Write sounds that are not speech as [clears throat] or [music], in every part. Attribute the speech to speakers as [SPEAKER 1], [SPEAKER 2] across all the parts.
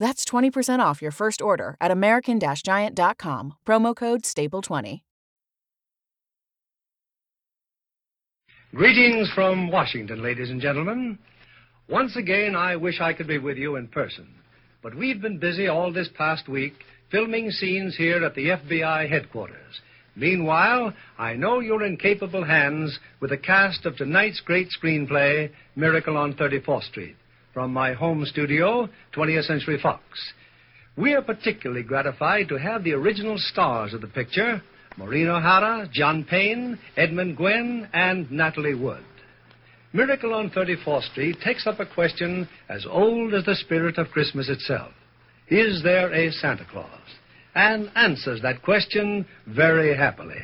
[SPEAKER 1] That's 20% off your first order at American Giant.com, promo code STAPLE20.
[SPEAKER 2] Greetings from Washington, ladies and gentlemen. Once again, I wish I could be with you in person, but we've been busy all this past week filming scenes here at the FBI headquarters. Meanwhile, I know you're in capable hands with the cast of tonight's great screenplay, Miracle on 34th Street, from my home studio, 20th Century Fox. We are particularly gratified to have the original stars of the picture Maureen O'Hara, John Payne, Edmund Gwen, and Natalie Wood. Miracle on 34th Street takes up a question as old as the spirit of Christmas itself Is there a Santa Claus? and answers that question very happily.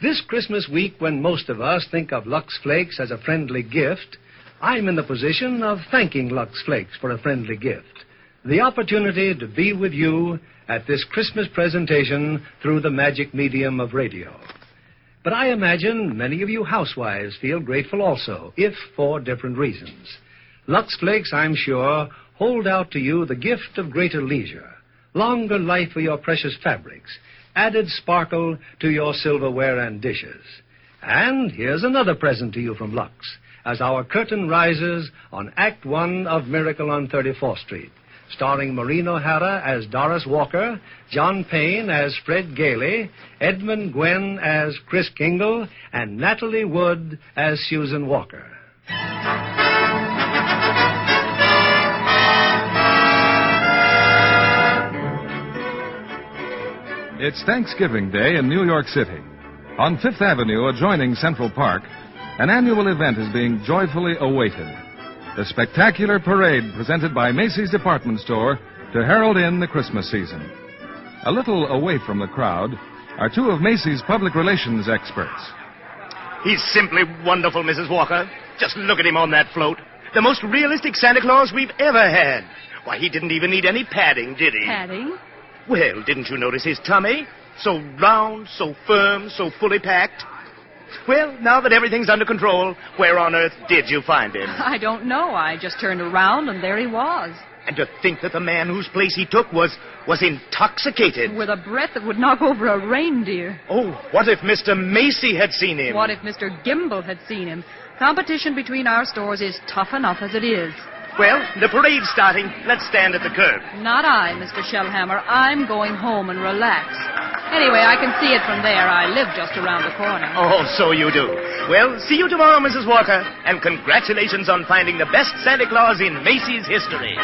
[SPEAKER 2] This Christmas week, when most of us think of Lux Flakes as a friendly gift, I'm in the position of thanking Lux Flakes for a friendly gift. The opportunity to be with you at this Christmas presentation through the magic medium of radio. But I imagine many of you housewives feel grateful also, if for different reasons. Lux Flakes, I'm sure, hold out to you the gift of greater leisure longer life for your precious fabrics, added sparkle to your silverware and dishes. And here's another present to you from Lux as our curtain rises on Act One of Miracle on 34th Street, starring Maureen O'Hara as Doris Walker, John Payne as Fred Gailey, Edmund Gwen as Chris Kingle, and Natalie Wood as Susan Walker.
[SPEAKER 3] It's Thanksgiving Day in New York City. On Fifth Avenue, adjoining Central Park, an annual event is being joyfully awaited. The spectacular parade presented by Macy's Department Store to herald in the Christmas season. A little away from the crowd are two of Macy's public relations experts.
[SPEAKER 4] He's simply wonderful, Mrs. Walker. Just look at him on that float. The most realistic Santa Claus we've ever had. Why, he didn't even need any padding, did he?
[SPEAKER 5] Padding?
[SPEAKER 4] Well, didn't you notice his tummy? So round, so firm, so fully packed. Well, now that everything's under control, where on earth did you find him?
[SPEAKER 5] [laughs] I don't know. I just turned around and there he was.
[SPEAKER 4] And to think that the man whose place he took was was intoxicated.
[SPEAKER 5] With a breath that would knock over a reindeer.
[SPEAKER 4] Oh, what if Mr. Macy had seen him?
[SPEAKER 5] What if Mr. Gimble had seen him? Competition between our stores is tough enough as it is.
[SPEAKER 4] Well, the parade's starting. Let's stand at the curb.
[SPEAKER 5] Not I, Mr. Shellhammer. I'm going home and relax. Anyway, I can see it from there. I live just around the corner.
[SPEAKER 4] Oh, so you do. Well, see you tomorrow, Mrs. Walker, and congratulations on finding the best Santa Claus in Macy's history.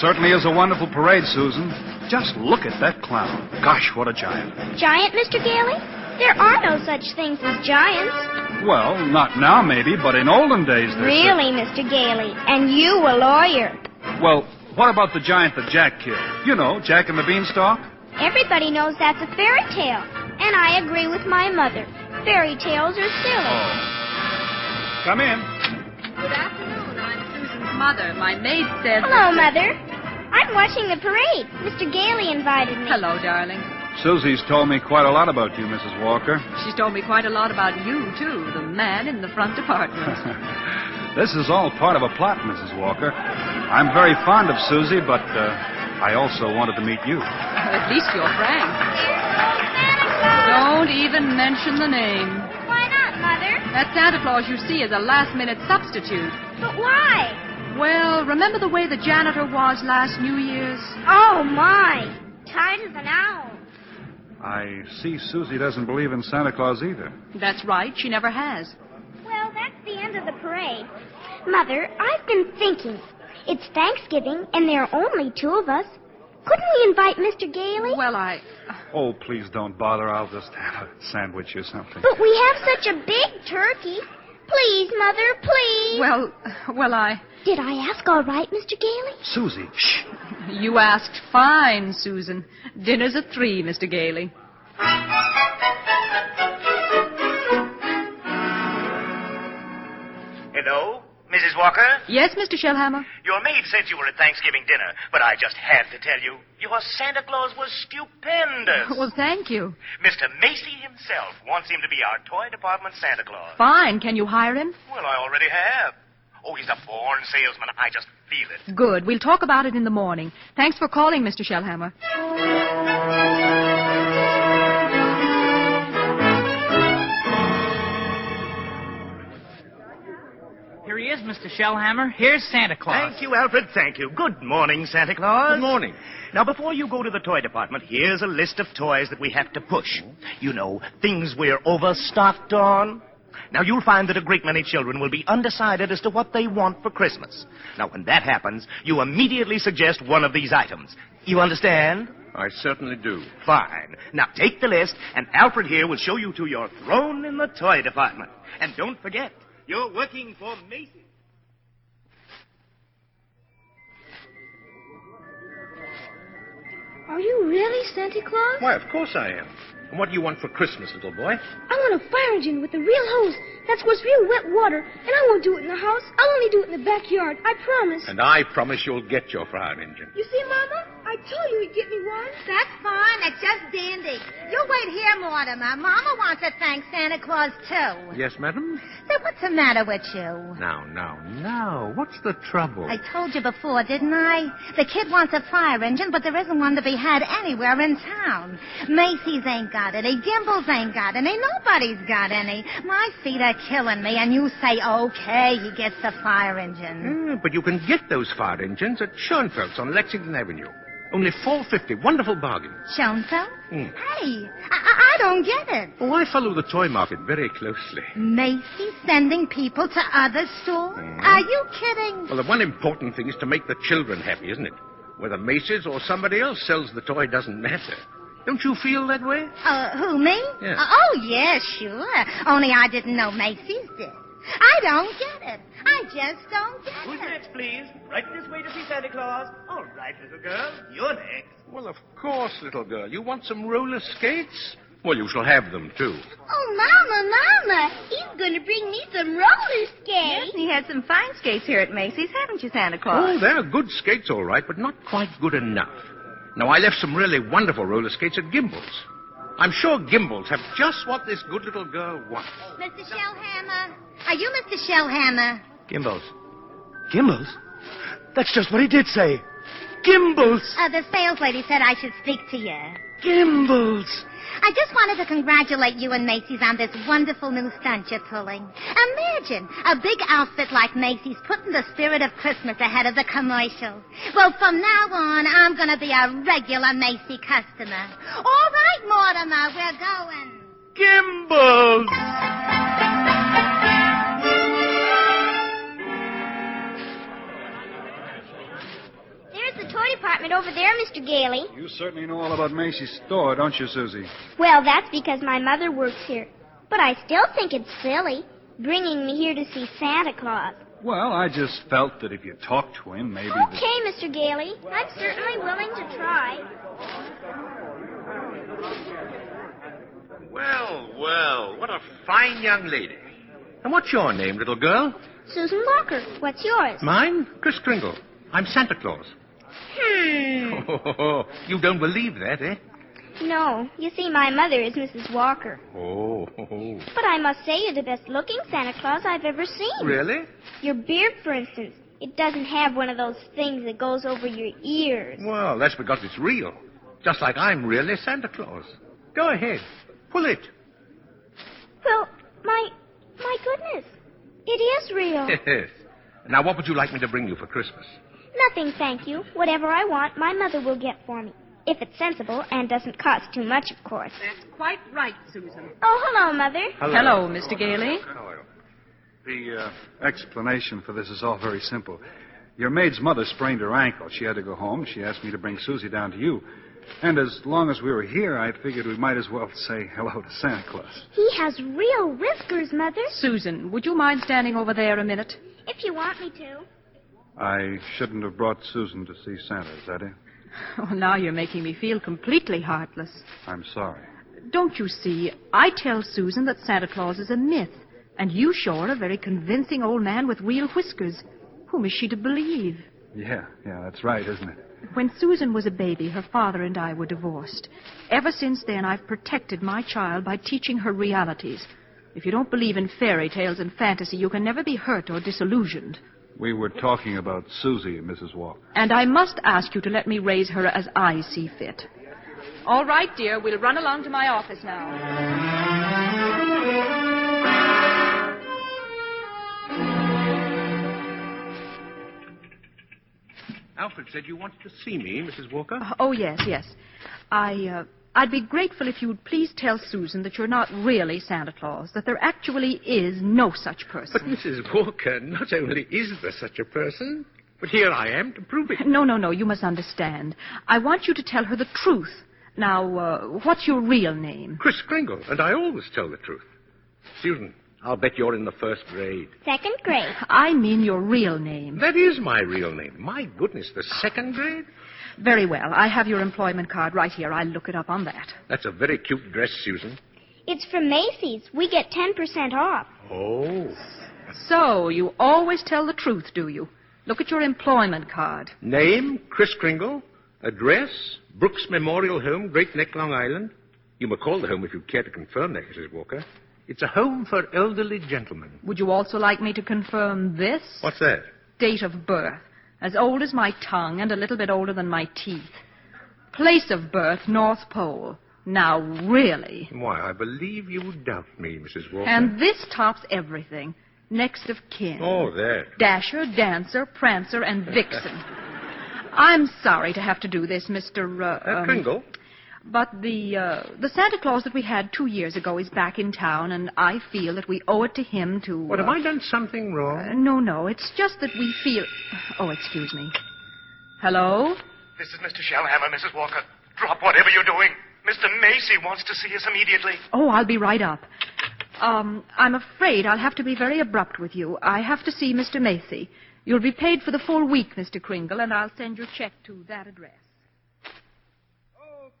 [SPEAKER 6] certainly is a wonderful parade, Susan. Just look at that clown. Gosh, what a giant.
[SPEAKER 7] Giant, Mr. Gailey? There are no such things as giants.
[SPEAKER 6] Well, not now, maybe, but in olden days there
[SPEAKER 7] Really, Mr. Gailey? And you a lawyer.
[SPEAKER 6] cer- Well, what about the giant that Jack killed? You know, Jack and the Beanstalk?
[SPEAKER 7] Everybody knows that's a fairy tale. And I agree with my mother. Fairy tales are silly.
[SPEAKER 6] Come in.
[SPEAKER 5] Good afternoon. I'm Susan's mother. My maid says.
[SPEAKER 7] Hello, Mother. I'm watching the parade. Mr. Gailey invited me.
[SPEAKER 5] Hello, darling.
[SPEAKER 6] Susie's told me quite a lot about you, Mrs. Walker.
[SPEAKER 5] She's told me quite a lot about you, too. The man in the front apartment.
[SPEAKER 6] This is all part of a plot, Mrs. Walker. I'm very fond of Susie, but uh, I also wanted to meet you.
[SPEAKER 5] [laughs] At least you're frank. Don't even mention the name.
[SPEAKER 7] Why not, Mother?
[SPEAKER 5] That Santa Claus you see is a last minute substitute.
[SPEAKER 7] But why?
[SPEAKER 5] Well, remember the way the janitor was last New Year's?
[SPEAKER 7] Oh, my. Time's an owl.
[SPEAKER 6] I see Susie doesn't believe in Santa Claus either.
[SPEAKER 5] That's right, she never has.
[SPEAKER 7] Well, that's the end of the parade. Mother, I've been thinking. It's Thanksgiving, and there are only two of us. Couldn't we invite Mr. Gailey?
[SPEAKER 5] Well, I.
[SPEAKER 6] Oh, please don't bother. I'll just [laughs] have a sandwich or something.
[SPEAKER 7] But we have such a big turkey. Please, Mother, please.
[SPEAKER 5] Well, well, I.
[SPEAKER 7] Did I ask all right, Mr. Gailey?
[SPEAKER 6] Susie, shh.
[SPEAKER 5] You asked fine, Susan. Dinner's at three, Mr. Gailey.
[SPEAKER 4] Hello? Mrs. Walker?
[SPEAKER 5] Yes, Mr. Shellhammer?
[SPEAKER 4] Your maid said you were at Thanksgiving dinner, but I just had to tell you, your Santa Claus was stupendous.
[SPEAKER 5] [laughs] Well, thank you.
[SPEAKER 4] Mr. Macy himself wants him to be our toy department Santa Claus.
[SPEAKER 5] Fine. Can you hire him?
[SPEAKER 4] Well, I already have. Oh, he's a born salesman. I just feel it.
[SPEAKER 5] Good. We'll talk about it in the morning. Thanks for calling, Mr. Shellhammer.
[SPEAKER 8] Here he is, Mr. Shellhammer. Here's Santa Claus.
[SPEAKER 4] Thank you, Alfred. Thank you. Good morning, Santa Claus.
[SPEAKER 3] Good morning.
[SPEAKER 4] Now, before you go to the toy department, here's a list of toys that we have to push. You know, things we're overstocked on. Now, you'll find that a great many children will be undecided as to what they want for Christmas. Now, when that happens, you immediately suggest one of these items. You understand?
[SPEAKER 9] I certainly do.
[SPEAKER 4] Fine. Now, take the list, and Alfred here will show you to your throne in the toy department. And don't forget, you're working for Macy's.
[SPEAKER 7] Are you really Santa Claus?
[SPEAKER 9] Why, of course I am. And what do you want for Christmas, little boy?
[SPEAKER 7] I want a fire engine with a real hose. That's what's real wet water, and I won't do it in the house. I'll only do it in the backyard. I promise.
[SPEAKER 9] And I promise you'll get your fire engine.
[SPEAKER 7] you see, Mama? I told you he'd get me one.
[SPEAKER 10] That's fine. That's just dandy. You wait here, Mortimer. Mama wants to thank Santa Claus, too.
[SPEAKER 9] Yes, madam?
[SPEAKER 10] Then what's the matter with you?
[SPEAKER 9] Now, now, now. What's the trouble?
[SPEAKER 10] I told you before, didn't I? The kid wants a fire engine, but there isn't one to be had anywhere in town. Macy's ain't got any. Gimbals ain't got any. Nobody's got any. My feet are killing me, and you say, okay, he gets the fire
[SPEAKER 9] Hmm,
[SPEAKER 10] engine.
[SPEAKER 9] but you can get those fire engines at Schoenfeld's on Lexington Avenue. Only four fifty. Wonderful bargain.
[SPEAKER 10] Shown so?
[SPEAKER 9] Hmm.
[SPEAKER 10] Hey, I, I I don't get it.
[SPEAKER 9] Oh, I follow the toy market very closely.
[SPEAKER 10] Macy sending people to other stores?
[SPEAKER 9] Mm-hmm.
[SPEAKER 10] Are you kidding?
[SPEAKER 9] Well, the one important thing is to make the children happy, isn't it? Whether Macy's or somebody else sells the toy doesn't matter. Don't you feel that way?
[SPEAKER 10] Uh, who, me?
[SPEAKER 9] Yeah.
[SPEAKER 10] Uh, oh, yeah, sure. Only I didn't know Macy's did. I don't get it. I just don't get
[SPEAKER 4] Who's
[SPEAKER 10] it.
[SPEAKER 4] next, please? Right this way to see Santa Claus. All right, little girl. You're next.
[SPEAKER 9] Well, of course, little girl. You want some roller skates? Well, you shall have them, too.
[SPEAKER 7] Oh, Mama, Mama, he's going to bring me some roller skates.
[SPEAKER 11] He had some fine skates here at Macy's, haven't you, Santa
[SPEAKER 9] Oh,
[SPEAKER 11] Claus?
[SPEAKER 9] they're good skates, all right, but not quite good enough. Now, I left some really wonderful roller skates at Gimbals. I'm sure Gimbals have just what this good little girl wants.
[SPEAKER 10] Mr. Shellhammer. Are you Mr. Shellhammer?
[SPEAKER 4] Gimbals. Gimbals? That's just what he did say. Gimbals!
[SPEAKER 10] Uh, the sales lady said I should speak to you.
[SPEAKER 4] Gimbals!
[SPEAKER 10] I just wanted to congratulate you and Macy's on this wonderful new stunt you're pulling. Imagine a big outfit like Macy's putting the spirit of Christmas ahead of the commercial. Well, from now on, I'm going to be a regular Macy customer. All right, Mortimer, we're going.
[SPEAKER 4] Gimbals!
[SPEAKER 7] There's the toy department over there, Mr. Gailey.
[SPEAKER 6] You certainly know all about Macy's store, don't you, Susie?
[SPEAKER 7] Well, that's because my mother works here. But I still think it's silly bringing me here to see Santa Claus.
[SPEAKER 6] Well, I just felt that if you talked to him, maybe. the-
[SPEAKER 7] Okay, Mr. Gailey. I'm certainly willing to try.
[SPEAKER 9] Well, well, what a fine young lady. And what's your name, little girl?
[SPEAKER 7] Susan Walker, what's yours?
[SPEAKER 9] Mine? Chris Kringle. I'm Santa [laughs] Claus. Oh,
[SPEAKER 7] Hmm.
[SPEAKER 9] you don't believe that, eh?
[SPEAKER 7] No, you see, my mother is Mrs. Walker.
[SPEAKER 9] Oh,
[SPEAKER 7] But I must say you're the best looking Santa Claus I've ever seen.
[SPEAKER 9] really?
[SPEAKER 7] Your beard, for instance, it doesn't have one of those things that goes over your ears.
[SPEAKER 9] Well, that's because it's real. Just like I'm really Santa Claus. Go ahead. Pull it. [laughs]
[SPEAKER 7] Well, my my goodness. It is
[SPEAKER 9] [laughs]
[SPEAKER 7] real.
[SPEAKER 9] Yes. Now, what would you like me to bring you for Christmas?
[SPEAKER 7] Nothing, thank you. Whatever I want, my mother will get for me. If it's sensible and doesn't cost too much, of course.
[SPEAKER 5] That's quite right, Susan.
[SPEAKER 7] Oh, hello, Mother.
[SPEAKER 5] Hello, Mr. Gailey.
[SPEAKER 6] Hello. The uh, explanation for this is all very simple. Your maid's mother sprained her ankle. She had to go home. She asked me to bring Susie down to you. And as long as we were here, I figured we might as well say hello to Santa Claus.
[SPEAKER 7] He has real whiskers, Mother.
[SPEAKER 5] Susan, would you mind standing over there a minute? [laughs]
[SPEAKER 7] If you want me to.
[SPEAKER 6] I shouldn't have brought Susan to see Santa, is that it?
[SPEAKER 5] Oh, now you're making me feel completely heartless.
[SPEAKER 6] I'm sorry.
[SPEAKER 5] Don't you see? I tell Susan that Santa Claus is a myth, and you show her a very convincing old man with real whiskers. Whom is she to believe?
[SPEAKER 6] Yeah, yeah, that's right, isn't it?
[SPEAKER 5] When Susan was a baby, her father and I were divorced. Ever since then, I've protected my child by teaching her realities. If you don't believe in fairy tales and fantasy, you can never be hurt or disillusioned.
[SPEAKER 6] We were talking about Susie, Mrs. Walker.
[SPEAKER 5] And I must ask you to let me raise her as I see fit. Oh. All right, dear, we'll run along to my office now.
[SPEAKER 9] Alfred said you wanted to see me, Mrs. Walker.
[SPEAKER 5] Oh, yes, yes. I, uh, I'd be grateful if you'd please tell Susan that you're not really Santa Claus, that there actually is no such person.
[SPEAKER 9] But Mrs. Walker, not only is there such a person, but here I am to prove it.
[SPEAKER 5] No, no, no, you must understand. I want you to tell her the truth. Now, uh, what's your real name?
[SPEAKER 9] Chris Kringle, and I always tell the truth. Susan, I'll bet you're in the first grade.
[SPEAKER 7] Second grade.
[SPEAKER 5] I mean your real name.
[SPEAKER 9] That is my real name. My goodness, the second grade?
[SPEAKER 5] Very well. I have your employment card right here. I'll look it up on that.
[SPEAKER 9] That's a very cute dress, Susan.
[SPEAKER 7] It's from Macy's. We get 10% off.
[SPEAKER 9] Oh.
[SPEAKER 5] So, you always tell the truth, do you? Look at your employment card.
[SPEAKER 9] Name, Chris Kringle. Address, Brooks Memorial Home, Great Neck, Long Island. You may call the home if you care to confirm that, Mrs. Walker. It's a home for elderly gentlemen.
[SPEAKER 5] Would you also like me to confirm this?
[SPEAKER 9] What's that?
[SPEAKER 5] Date of birth. As old as my tongue and a little bit older than my teeth. Place of birth, North Pole. Now, really.
[SPEAKER 9] Why, I believe you doubt me, Mrs. Walker.
[SPEAKER 5] And this tops everything. Next of kin.
[SPEAKER 9] Oh, that.
[SPEAKER 5] Dasher, Dancer, Prancer, and Vixen.
[SPEAKER 9] [laughs]
[SPEAKER 5] I'm sorry to have to do this, Mr. Uh,
[SPEAKER 9] Uh,
[SPEAKER 5] um,
[SPEAKER 9] Kringle.
[SPEAKER 5] But the uh, the Santa Claus that we had two years ago is back in town, and I feel that we owe it to him to.
[SPEAKER 9] What, have I done something wrong?
[SPEAKER 5] Uh, no, no. It's just that we feel. Oh, excuse me. Hello.
[SPEAKER 12] This is Mr. Shellhammer, Mrs. Walker. Drop whatever you're doing. Mr. Macy wants to see us immediately.
[SPEAKER 5] Oh, I'll be right up. Um, I'm afraid I'll have to be very abrupt with you. I have to see Mr. Macy. You'll be paid for the full week, Mr. Kringle, and I'll send your check to that address.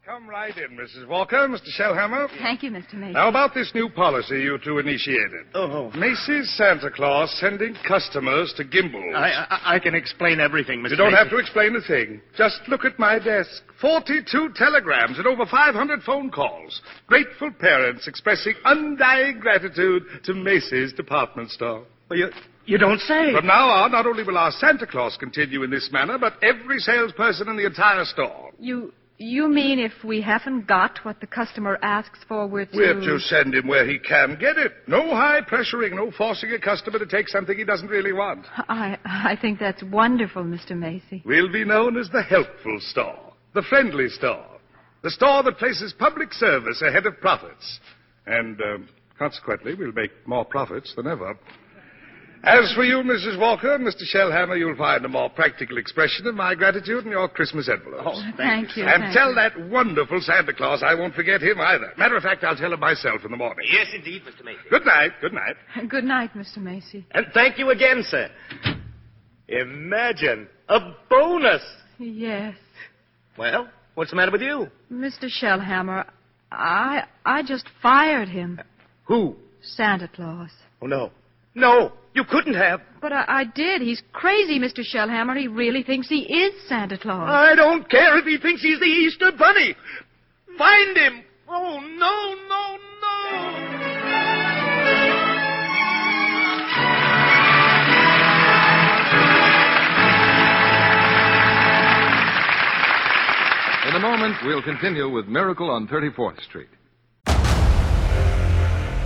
[SPEAKER 13] Come right in, Mrs. Walker, Mr. Shellhammer.
[SPEAKER 5] Thank you, Mr. Macy.
[SPEAKER 13] Now, about this new policy you two initiated. Oh. Macy's Santa Claus sending customers to Gimbals.
[SPEAKER 12] I-
[SPEAKER 13] I can explain everything,
[SPEAKER 12] Mr.
[SPEAKER 13] You don't
[SPEAKER 12] Macy.
[SPEAKER 13] have to explain a thing. Just look at my desk. 42 telegrams and over 500 phone calls. Grateful parents expressing undying gratitude to Macy's department store. Well, you,
[SPEAKER 9] You don't say.
[SPEAKER 13] From now on, not only will our Santa Claus continue in this manner, but every salesperson in the entire store.
[SPEAKER 5] You you mean if we haven't got what the customer asks for, we're to?
[SPEAKER 13] We're to send him where he can get it. No high pressuring, no forcing a customer to take something he doesn't really want.
[SPEAKER 5] I I think that's wonderful, Mr. Macy.
[SPEAKER 13] We'll be known as the helpful store, the friendly store, the store that places public service ahead of profits. And um, consequently, we'll make more profits than ever. As for you, Mrs. Walker and Mr. Shellhammer, you'll find a more practical expression of my gratitude in your Christmas envelopes.
[SPEAKER 5] Oh, Thank you.
[SPEAKER 13] And
[SPEAKER 5] thank
[SPEAKER 13] tell
[SPEAKER 5] you.
[SPEAKER 13] that wonderful Santa Claus I won't forget him either. Matter of fact, I'll tell him myself in the morning.
[SPEAKER 9] Yes, indeed, Mr. Macy.
[SPEAKER 13] Good night. Good night.
[SPEAKER 5] Good night, Mr. Macy.
[SPEAKER 12] And thank you again, sir. Imagine a bonus.
[SPEAKER 5] Yes,
[SPEAKER 12] Well, what's the matter with you?
[SPEAKER 5] Mr. Shellhammer, I I just fired him.
[SPEAKER 12] Who?
[SPEAKER 5] Santa Claus.
[SPEAKER 12] Oh, no. No, you couldn't have.
[SPEAKER 5] But I, I did. He's crazy, Mr. Shellhammer. He really thinks he is Santa Claus.
[SPEAKER 12] I don't care if he thinks he's the Easter Bunny. Find him. Oh, no, no,
[SPEAKER 3] In a moment, we'll continue with Miracle on 34th Street.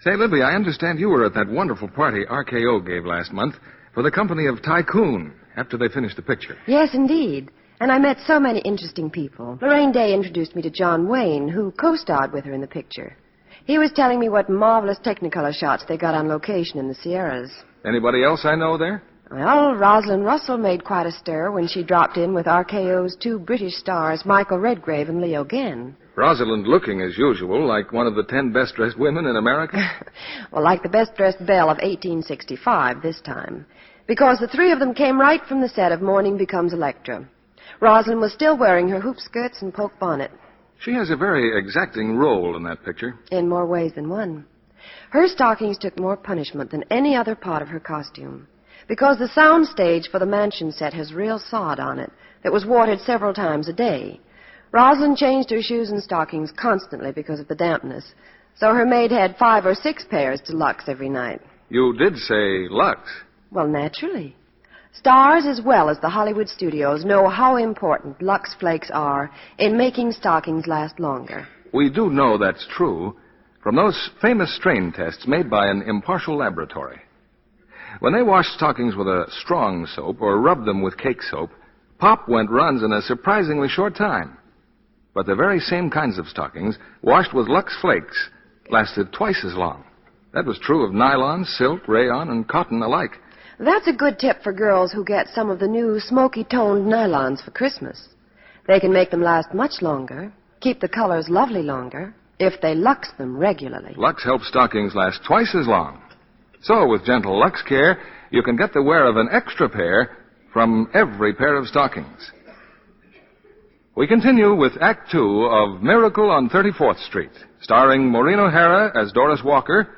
[SPEAKER 3] Say, Libby, I understand you were at that wonderful party RKO gave last month for the company of Tycoon after they finished the picture.
[SPEAKER 14] Yes, indeed. And I met so many interesting people. Lorraine Day introduced me to John Wayne, who co starred with her in the picture. He was telling me what marvelous Technicolor shots they got on location in the Sierras.
[SPEAKER 3] Anybody else I know there?
[SPEAKER 14] Well, Rosalind Russell made quite a stir when she dropped in with RKO's two British stars, Michael Redgrave and Leo Gann.
[SPEAKER 3] Rosalind looking, as usual, like one of the ten best dressed women in America.
[SPEAKER 14] Well, like the best dressed belle of 1865 this time. Because the three of them came right from the set of Morning Becomes Electra. Rosalind was still wearing her hoop skirts and poke bonnet,
[SPEAKER 3] she has a very exacting role in that picture.
[SPEAKER 14] in more ways than one. Her stockings took more punishment than any other part of her costume. Because the sound stage for the mansion set has real sod on it that was watered several times a day. Rosalind changed her shoes and stockings constantly because of the dampness, so her maid had five or six pairs to Lux every night.
[SPEAKER 3] You did say Lux.
[SPEAKER 14] Well, naturally. Stars as well as the Hollywood studios know how important Lux Flakes are in making stockings last longer.
[SPEAKER 3] We do know that's true from those famous strain tests made by an impartial laboratory. When they washed stockings with a strong soap or rubbed them with cake soap, pop went runs in a surprisingly short time. But the very same kinds of stockings, washed with Lux Flakes, lasted twice as long. That was true of nylon, silk, rayon, and cotton alike.
[SPEAKER 14] That's a good tip for girls who get some of the new smoky toned nylons for Christmas. They can make them last much longer, keep the colors lovely longer, if they lux them regularly.
[SPEAKER 3] Lux helps stockings last twice as long. So, with gentle Lux care, you can get the wear of an extra pair from every pair of stockings. We continue with Act Two of Miracle on 34th Street, starring Maureen O'Hara as Doris Walker,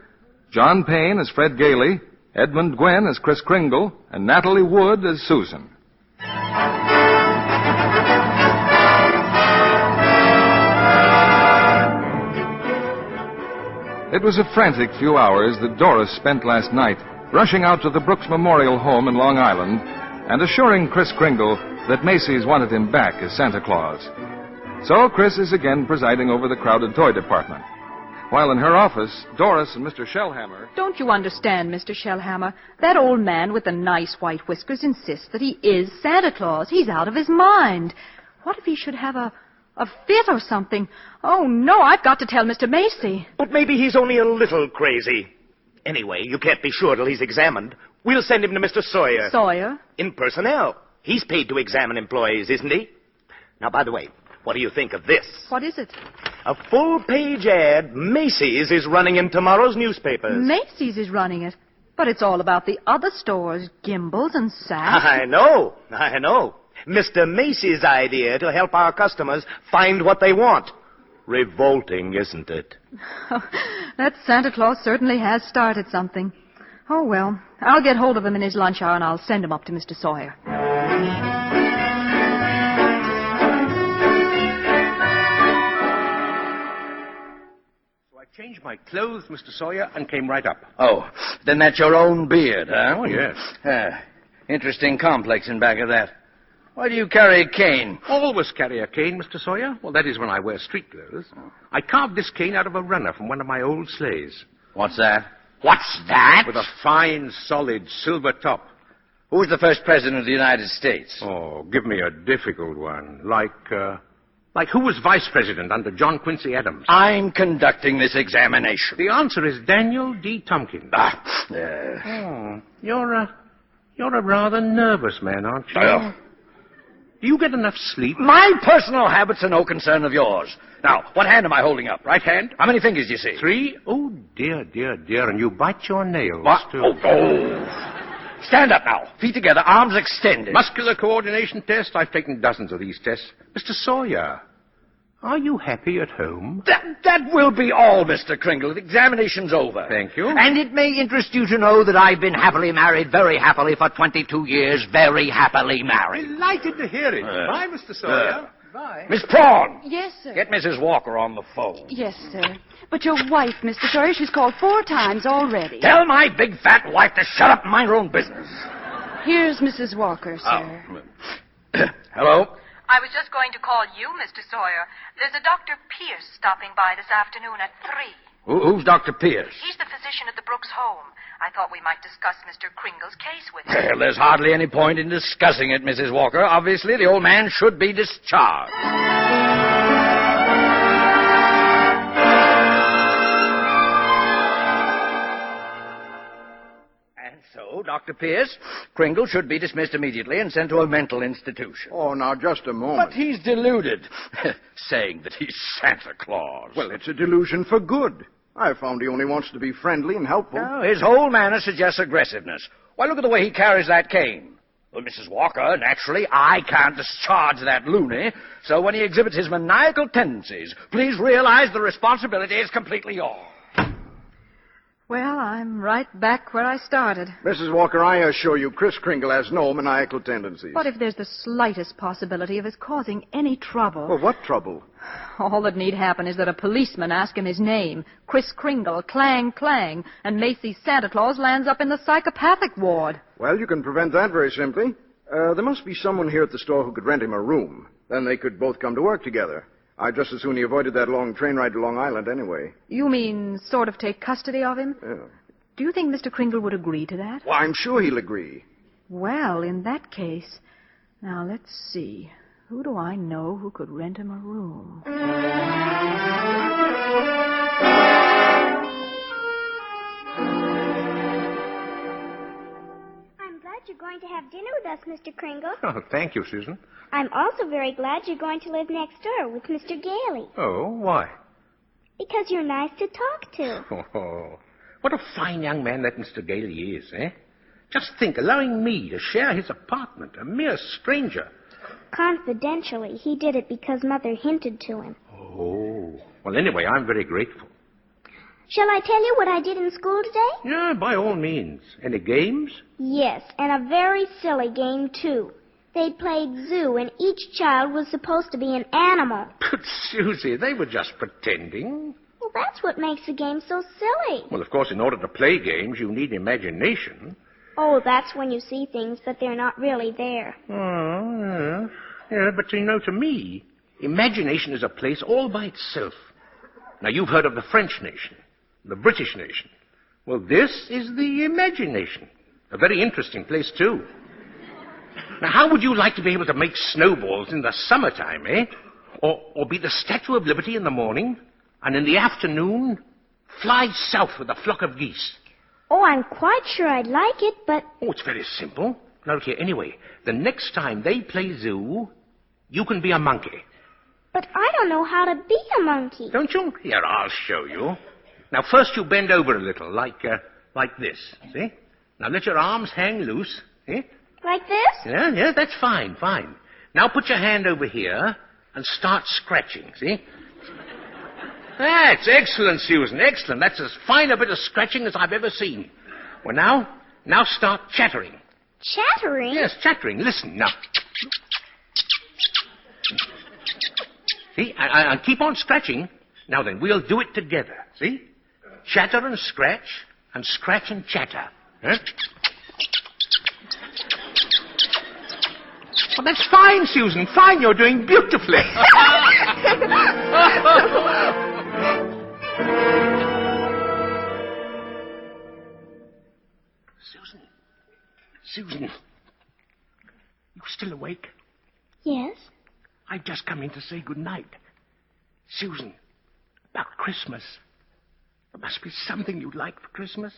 [SPEAKER 3] John Payne as Fred Gailey, Edmund Gwen as Chris Kringle, and Natalie Wood as Susan. It was a frantic few hours that Doris spent last night rushing out to the Brooks Memorial Home in Long Island and assuring Chris Kringle that Macy's wanted him back as Santa Claus. So Chris is again presiding over the crowded toy department. While in her office, Doris and Mr. Shellhammer.
[SPEAKER 5] Don't you understand, Mr. Shellhammer? That old man with the nice white whiskers insists that he is Santa Claus. He's out of his mind. What if he should have a, a fit or something? Oh, no, I've got to tell Mr. Macy.
[SPEAKER 4] But maybe he's only a little crazy. Anyway, you can't be sure till he's examined. We'll send him to Mr. Sawyer.
[SPEAKER 5] Sawyer?
[SPEAKER 4] In personnel. He's paid to examine employees, isn't he? Now, by the way, what do you think of this?
[SPEAKER 5] What is it?
[SPEAKER 4] A full page ad Macy's is running in tomorrow's newspapers.
[SPEAKER 5] Macy's is running it. But it's all about the other stores, Gimbals and
[SPEAKER 4] [laughs]
[SPEAKER 5] Saks.
[SPEAKER 4] I know, I know. Mr. Macy's idea to help our customers find what they want. Revolting, isn't it?
[SPEAKER 5] That Santa Claus certainly has started something. Oh, well, I'll get hold of him in his lunch hour and I'll send him up to Mr. Sawyer.
[SPEAKER 9] I changed my clothes, Mr. Sawyer, and came right up.
[SPEAKER 15] Oh, then that's your own beard, huh?
[SPEAKER 9] Oh, yes.
[SPEAKER 15] Ah, interesting complex in back of that. Why do you carry a cane?
[SPEAKER 9] Always carry a cane, Mr. Sawyer. Well, that is when I wear street clothes. I carved this cane out of a runner from one of my old sleighs.
[SPEAKER 15] What's that? What's that?
[SPEAKER 9] With a fine, solid silver top.
[SPEAKER 15] Who was the first president of the United States?
[SPEAKER 9] Oh, give me a difficult one. Like, uh, like who was vice president under John Quincy Adams?
[SPEAKER 15] I'm conducting this examination.
[SPEAKER 9] The answer is Daniel D. Tompkins.
[SPEAKER 15] Ah, uh,
[SPEAKER 9] Oh, you're a, you're a rather nervous man, aren't you?
[SPEAKER 15] Oh.
[SPEAKER 9] Do you get enough sleep?
[SPEAKER 15] my personal habits are no concern of yours. Now, what hand am I holding up? Right hand? How many fingers do you see?
[SPEAKER 9] Three? Oh, dear, dear, dear, and you bite your nails,
[SPEAKER 15] What?
[SPEAKER 9] too.
[SPEAKER 15] Oh, oh. Stand up now. Feet together, arms extended.
[SPEAKER 9] Muscular coordination test? I've taken dozens of these tests. Mr. Sawyer, are you happy at home?
[SPEAKER 15] That, that will be all, Mr. Kringle. The examination's over.
[SPEAKER 9] Thank you.
[SPEAKER 15] And it may interest you to know that I've been happily married, very happily, for 22 years, very happily married.
[SPEAKER 9] Delighted to hear it.
[SPEAKER 15] Uh,
[SPEAKER 9] Bye, Mr. Sawyer.
[SPEAKER 15] uh,
[SPEAKER 16] Goodbye.
[SPEAKER 15] Miss Prawn!
[SPEAKER 5] Yes, sir.
[SPEAKER 15] Get Mrs. Walker on the phone.
[SPEAKER 5] Yes, sir. But your wife, Mr. Sawyer, she's called four times already.
[SPEAKER 15] Tell my big fat wife to shut up and mind her own business.
[SPEAKER 5] Here's Mrs. Walker, sir.
[SPEAKER 15] Oh. [coughs] Hello?
[SPEAKER 17] I was just going to call you, Mr. Sawyer. There's a Dr. Pierce stopping by this afternoon at 3.
[SPEAKER 15] Who, who's Dr. Pierce?
[SPEAKER 17] He's the physician at the Brooks home. I thought we might discuss Mr. Kringle's case with him.
[SPEAKER 15] Well, there's hardly any point in discussing it, Mrs. Walker. Obviously, the old man should be discharged. And so, Dr. Pierce, Kringle should be dismissed immediately and sent to a mental institution.
[SPEAKER 18] Oh, now, just a moment.
[SPEAKER 15] But he's deluded, [laughs] saying that he's Santa Claus.
[SPEAKER 18] Well, it's a delusion for good. I found he only wants to be friendly and helpful.
[SPEAKER 15] No, Oh, his whole manner suggests aggressiveness. Why, look at the way he carries that cane. Well, Mrs. Walker, naturally, I can't discharge that loony, so when he exhibits his maniacal tendencies, please realize the responsibility is completely yours.
[SPEAKER 5] [coughs] Well, I'm right back where I started.
[SPEAKER 18] Mrs. Walker, I assure you, Chris Kringle has no maniacal tendencies.
[SPEAKER 5] But if there's the slightest possibility of his causing any trouble,
[SPEAKER 18] Well, what trouble?
[SPEAKER 5] all that need happen is that a policeman ask him his name, Chris Kringle, clang, clang, and Macy's Santa Claus lands up in the psychopathic ward.
[SPEAKER 18] Well, you can prevent that very simply. Uh, there must be someone here at the store who could rent him a room. Then they could both come to work together. I'd just as soon he avoided that long train ride to Long Island anyway.
[SPEAKER 5] You mean sort of take custody of him?
[SPEAKER 18] Yeah.
[SPEAKER 5] Do you think Mr. Kringle would agree to that?
[SPEAKER 18] Well, I'm sure he'll agree.
[SPEAKER 5] Well, in that case, now let's see. Who do I know who could rent him a room?
[SPEAKER 7] I'm glad you're going to have dinner with us, Mr. Kringle.
[SPEAKER 9] [laughs] Oh, thank you, Susan.
[SPEAKER 7] I'm also very glad you're going to live next door with Mr. Gailey.
[SPEAKER 9] Oh, why? [laughs]
[SPEAKER 7] Because you're nice to talk to.
[SPEAKER 9] Oh, what a fine young man that Mr. Gailey is, eh? Just think, allowing me to share his apartment, a mere stranger.
[SPEAKER 7] Confidentially, he did it because Mother hinted to him.
[SPEAKER 9] Oh. Well, anyway, I'm very grateful.
[SPEAKER 7] Shall I tell you what I did in school today?
[SPEAKER 9] Yeah, by all means. Any games? [laughs]
[SPEAKER 7] Yes, and a very silly game, too. They played zoo, and each child was supposed to be an animal.
[SPEAKER 9] But, Susie, they were just pretending.
[SPEAKER 7] Well, that's what makes the game so silly.
[SPEAKER 9] Well, of course, in order to play games, you need imagination.
[SPEAKER 7] Oh, that's when you see things, but they're not really there.
[SPEAKER 9] Oh, yeah. Yeah, but you know, to me, imagination is a place all by itself. Now, you've heard of the French nation, the British nation. Well, this is the imagination. A very interesting place, too. Now, how would you like to be able to make snowballs in the summertime, eh? Or, or be the Statue of Liberty in the morning, and in the afternoon, fly south with a flock of geese?
[SPEAKER 7] Oh, I'm quite sure I'd like it, but
[SPEAKER 9] Oh, it's very simple. Now, look here, anyway, the next time they play zoo, you can be a monkey.
[SPEAKER 7] but I don't know how to be a monkey.
[SPEAKER 9] Don't you? Here, I'll show you. Now, first you bend over a little, like, uh, like this, see? Now let your arms hang loose, eh?
[SPEAKER 7] Like this?
[SPEAKER 9] Yeah, yeah, that's fine, fine. Now put your hand over here and start scratching, see? That's excellent, Susan, excellent. That's as fine a bit of scratching as I've ever seen. Well, now, now start chattering.
[SPEAKER 7] Chattering?
[SPEAKER 9] Yes, chattering. Listen now. See, I, I, I keep on scratching. Now then, we'll do it together. See? Chatter and scratch, and scratch and chatter. Huh? Well, that's fine, Susan. Fine, you're doing beautifully.
[SPEAKER 7] [laughs]
[SPEAKER 9] [laughs] Susan, Susan, you still awake?
[SPEAKER 7] Yes.
[SPEAKER 9] I've just come in to say good night. Susan, about Christmas. There must be something you'd like for Christmas.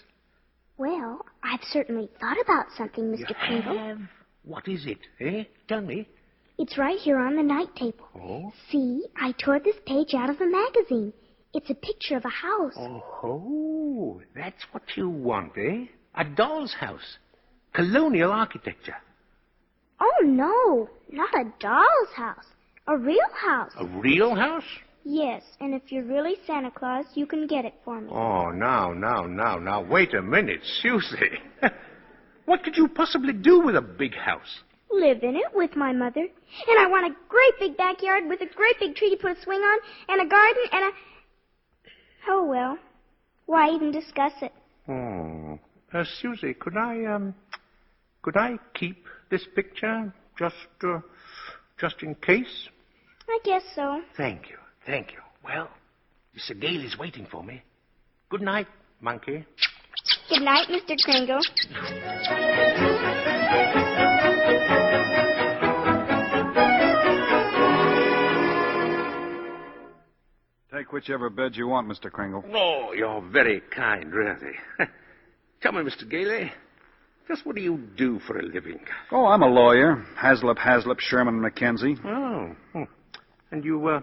[SPEAKER 7] Well, I've certainly thought about something, Mr.
[SPEAKER 9] You
[SPEAKER 7] Kringle.
[SPEAKER 9] have? What is it, eh? Tell me.
[SPEAKER 7] It's right here on the night table.
[SPEAKER 9] Oh?
[SPEAKER 7] See, I tore this page out of a magazine. It's a picture of a house.
[SPEAKER 9] Oh, that's what you want, eh? A doll's house. Colonial architecture.
[SPEAKER 7] Oh, no, not a doll's house. A real house.
[SPEAKER 9] A real house?
[SPEAKER 7] Yes, and if you're really Santa Claus, you can get it for me.
[SPEAKER 9] Oh, now, now, now, [laughs] now, wait a minute, Susie. what could you possibly do with a big house?
[SPEAKER 7] live in it with my mother. And I want a great big backyard with a great big tree to put a swing on, and a garden, and a. Oh, well. Why even discuss it?
[SPEAKER 9] Hmm. Uh, Susie, could I, um, could I keep this picture just, uh, just in case?
[SPEAKER 7] I guess so.
[SPEAKER 9] Thank you, thank you. Well, Mr. Gale is waiting for me. Good night, monkey.
[SPEAKER 7] Good night, Mr. Kringle.
[SPEAKER 6] Take whichever bed you want, Mr. Kringle.
[SPEAKER 9] Oh, you're very kind, really. Tell me, Mr. Gailey, just what do you do for a living?
[SPEAKER 6] Oh, I'm a lawyer. Haslip, Haslip, Sherman, McKenzie.
[SPEAKER 9] Oh, hmm. and you, uh,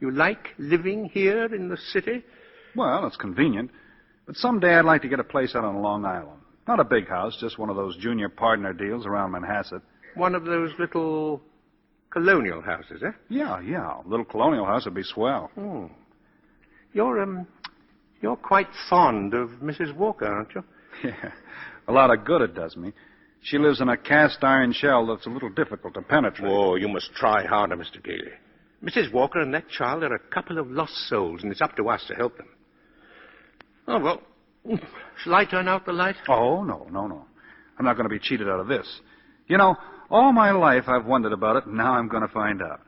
[SPEAKER 9] you like living here in the city?
[SPEAKER 6] Well, it's convenient. But someday I'd like to get a place out on Long Island. Not a big house, just one of those junior partner deals around Manhasset.
[SPEAKER 9] One of those little colonial houses, eh?
[SPEAKER 6] Yeah, yeah. A little colonial house would be swell.
[SPEAKER 9] Hmm. You're, um, you're quite fond of Mrs. Walker, aren't you?
[SPEAKER 6] [laughs] Yeah. A lot of good it does me. She lives in a cast iron shell that's a little difficult to penetrate.
[SPEAKER 9] Oh, you must try harder, Mr. Gailey. Mrs. Walker and that child are a couple of lost souls, and it's up to us to help them. Oh, well, [laughs] shall I turn out the light?
[SPEAKER 6] Oh, no, no, no. I'm not going to be cheated out of this. You know, all my life I've wondered about it, and now I'm going to find out.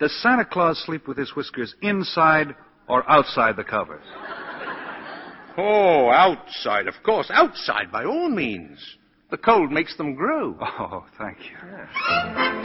[SPEAKER 6] Does Santa Claus sleep with his whiskers inside or outside the covers?
[SPEAKER 9] Oh, outside, of course. Outside, by all means. The cold makes
[SPEAKER 13] [laughs]
[SPEAKER 9] them grow.
[SPEAKER 6] Oh, thank you.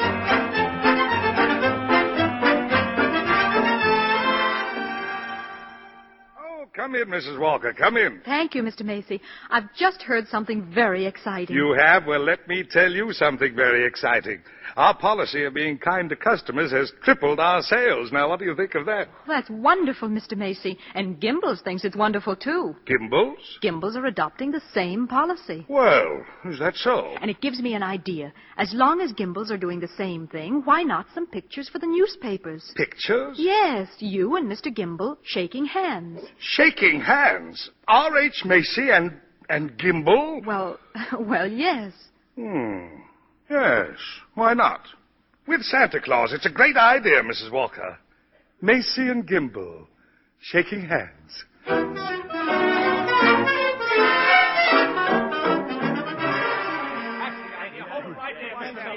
[SPEAKER 13] Oh, come in, Mrs. Walker. Come in.
[SPEAKER 5] Thank you, Mr. Macy. I've just heard something very exciting.
[SPEAKER 13] You have? Well, let me tell you something very exciting. Our policy of being kind to customers has tripled our sales. Now, what do you think of that?
[SPEAKER 5] That's wonderful, Mr. Macy. And Gimbals thinks it's wonderful, too.
[SPEAKER 13] Gimbals?
[SPEAKER 5] Gimbals are adopting the same policy.
[SPEAKER 13] Well, is that so?
[SPEAKER 5] And it gives me an idea. As long as Gimbals are doing the same thing, why not some pictures for the newspapers?
[SPEAKER 13] Pictures?
[SPEAKER 5] Yes, you and Mr. Gimble shaking hands.
[SPEAKER 13] Shaking hands. R.H. Macy and, and Gimbal?
[SPEAKER 5] Well, [laughs] well, yes.
[SPEAKER 13] Hmm. Yes. Why not? With Santa Claus. It's a great idea, Mrs. Walker. Macy and Gimbal, shaking hands.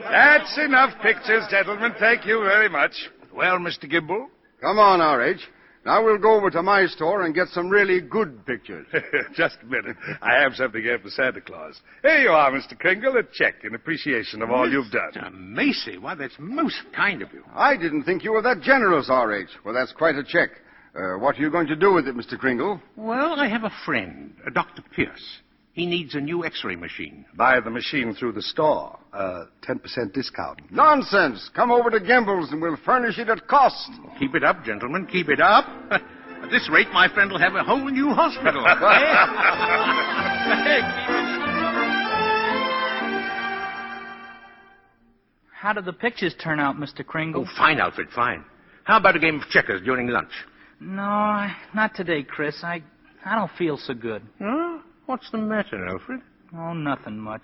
[SPEAKER 13] That's enough pictures, gentlemen. Thank you very much. Well, Mr. Gimbal?
[SPEAKER 18] Come on, R.H. Now we'll go over to my store and get some really good pictures.
[SPEAKER 13] [laughs] Just a minute. I have something here for Santa Claus. Here you are, Mr. Kringle, a check in appreciation of all you've done.
[SPEAKER 9] Mr. Macy, why, that's most kind of you.
[SPEAKER 18] I didn't think you were that generous, R.H. Well, that's quite a check. Uh, what are you going to do with it, Mr. Kringle?
[SPEAKER 9] Well, I have a friend, uh, Dr. Pierce. He needs a new x ray machine.
[SPEAKER 13] Buy the machine through the store. Uh, 10% discount.
[SPEAKER 18] Nonsense! Come over to Gimbel's and we'll furnish it at cost.
[SPEAKER 9] Keep it up, gentlemen. Keep it up. [laughs] At this rate, my friend will have a whole new
[SPEAKER 13] [laughs]
[SPEAKER 9] hospital.
[SPEAKER 8] How did the pictures turn out, Mr. Kringle?
[SPEAKER 9] oh, fine, Alfred, fine. How about a game of checkers during lunch?
[SPEAKER 8] No, I, not today, Chris. I, I don't feel so good.
[SPEAKER 9] Huh? What's the matter, Alfred?
[SPEAKER 8] Oh, nothing much.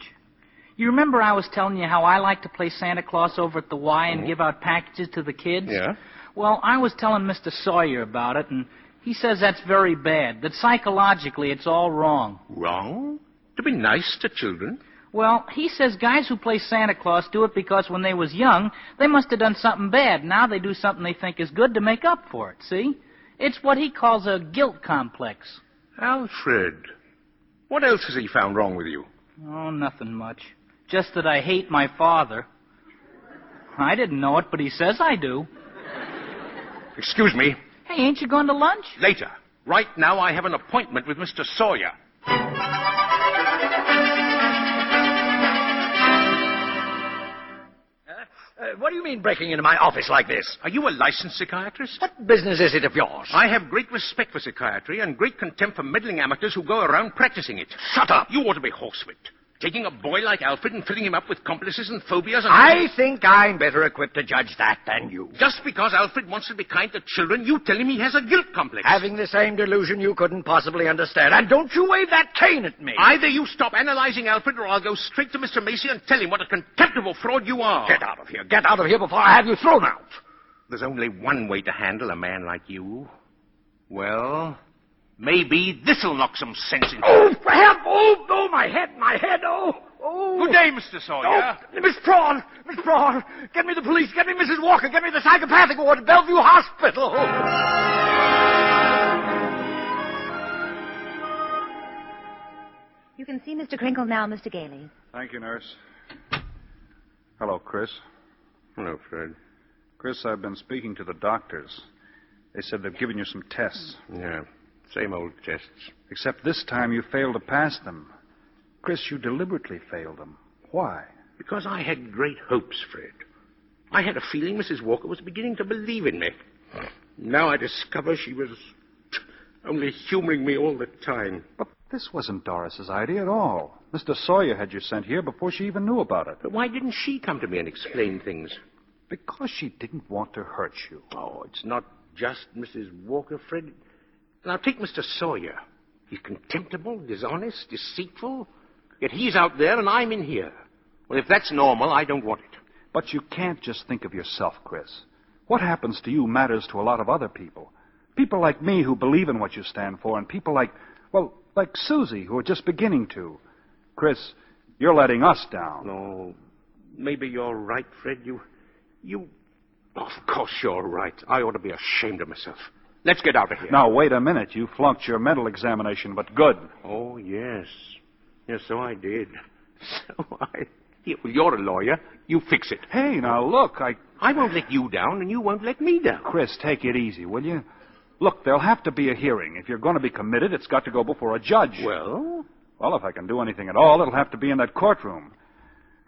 [SPEAKER 8] You remember I was telling you how I like to play Santa Claus over at the Y and give out packages to the kids?
[SPEAKER 9] Mm-hmm. Yeah.
[SPEAKER 8] Well, I was telling Mr. Sawyer about it, and he says that's very bad, that psychologically it's all wrong.
[SPEAKER 9] Wrong? To be nice to children?
[SPEAKER 8] Well, he says guys who play Santa Claus do it because when they was young, they must have done something bad. Now they do something they think is good to make up for it, see? It's what he calls a guilt complex.
[SPEAKER 9] Alfred, what else has he found wrong with you?
[SPEAKER 8] Oh, nothing much. Just that I hate my father. I didn't know it, but he says I do.
[SPEAKER 9] Excuse me.
[SPEAKER 8] Hey, ain't you going to lunch?
[SPEAKER 9] Later. Right now, I have an appointment with Mr. Sawyer.
[SPEAKER 15] Uh, what do you mean breaking into my office like this?
[SPEAKER 9] Are you a licensed psychiatrist?
[SPEAKER 15] What business is it of yours?
[SPEAKER 9] I have great respect for psychiatry and great contempt for meddling amateurs who go around practicing it.
[SPEAKER 15] Shut up!
[SPEAKER 9] You ought to be horsewhipped. Taking a boy like Alfred and filling him up with complices and phobias and.
[SPEAKER 15] I think I'm better equipped to judge that than you.
[SPEAKER 9] Just because Alfred wants to be kind to children, you tell him he has a guilt complex.
[SPEAKER 15] Having the same delusion you couldn't possibly understand. And don't you wave that cane at me.
[SPEAKER 9] Either you stop analyzing Alfred, or I'll go straight to Mr. Macy and tell him what a contemptible fraud you are.
[SPEAKER 15] Get out of here. Get out of here before I have you thrown out.
[SPEAKER 9] There's only one way to handle a man like you. Well, maybe this'll knock some sense into
[SPEAKER 15] Oh, for help! Oh, oh, my head, my head, oh, oh.
[SPEAKER 9] Good day, Mr. Sawyer.
[SPEAKER 15] Oh, Miss Prawn, Miss Prawn, get me the police, get me Mrs. Walker, get me the psychopathic ward at Bellevue Hospital.
[SPEAKER 10] You can see Mr. Crinkle now, Mr. Gailey.
[SPEAKER 6] Thank you, nurse. Hello, Chris.
[SPEAKER 9] Hello, Fred.
[SPEAKER 6] Chris, I've been speaking to the doctors. They said they've given you some tests.
[SPEAKER 9] Yeah, same old tests.
[SPEAKER 6] Except this time you failed to pass them. Chris, you deliberately failed them. Why?
[SPEAKER 9] Because I had great hopes, Fred. I had a feeling Mrs. Walker was beginning to believe in me. Now I discover she was only humoring me all the time.
[SPEAKER 6] But this wasn't Doris's idea at all. Mr. Sawyer had you sent here before she even knew about it.
[SPEAKER 9] But why didn't she come to me and explain things?
[SPEAKER 6] Because she didn't want to hurt you.
[SPEAKER 9] Oh, it's not just Mrs. Walker, Fred. Now take Mr. Sawyer. He's contemptible, dishonest, deceitful. Yet he's out there and I'm in here. Well, if that's normal, I don't want it.
[SPEAKER 6] But you can't just think of yourself, Chris. What happens to you matters to a lot of other people. People like me who believe in what you stand for, and people like, well, like Susie who are just beginning to. Chris, you're letting us down.
[SPEAKER 9] No, maybe you're right, Fred. You, you. Of course you're right. I ought to be ashamed of myself. Let's get out of here.
[SPEAKER 6] Now, wait a minute. You flunked your mental examination, but good.
[SPEAKER 9] Oh, yes. Yes, so I did. [laughs] So I. You're a lawyer. You fix it.
[SPEAKER 6] Hey, now look, I.
[SPEAKER 9] I won't let you down, and you won't let me down.
[SPEAKER 6] Chris, take it easy, will you? Look, there'll have to be a hearing. If you're going to be committed, it's got to go before a judge.
[SPEAKER 9] Well?
[SPEAKER 6] Well, if I can do anything at all, it'll have to be in that courtroom.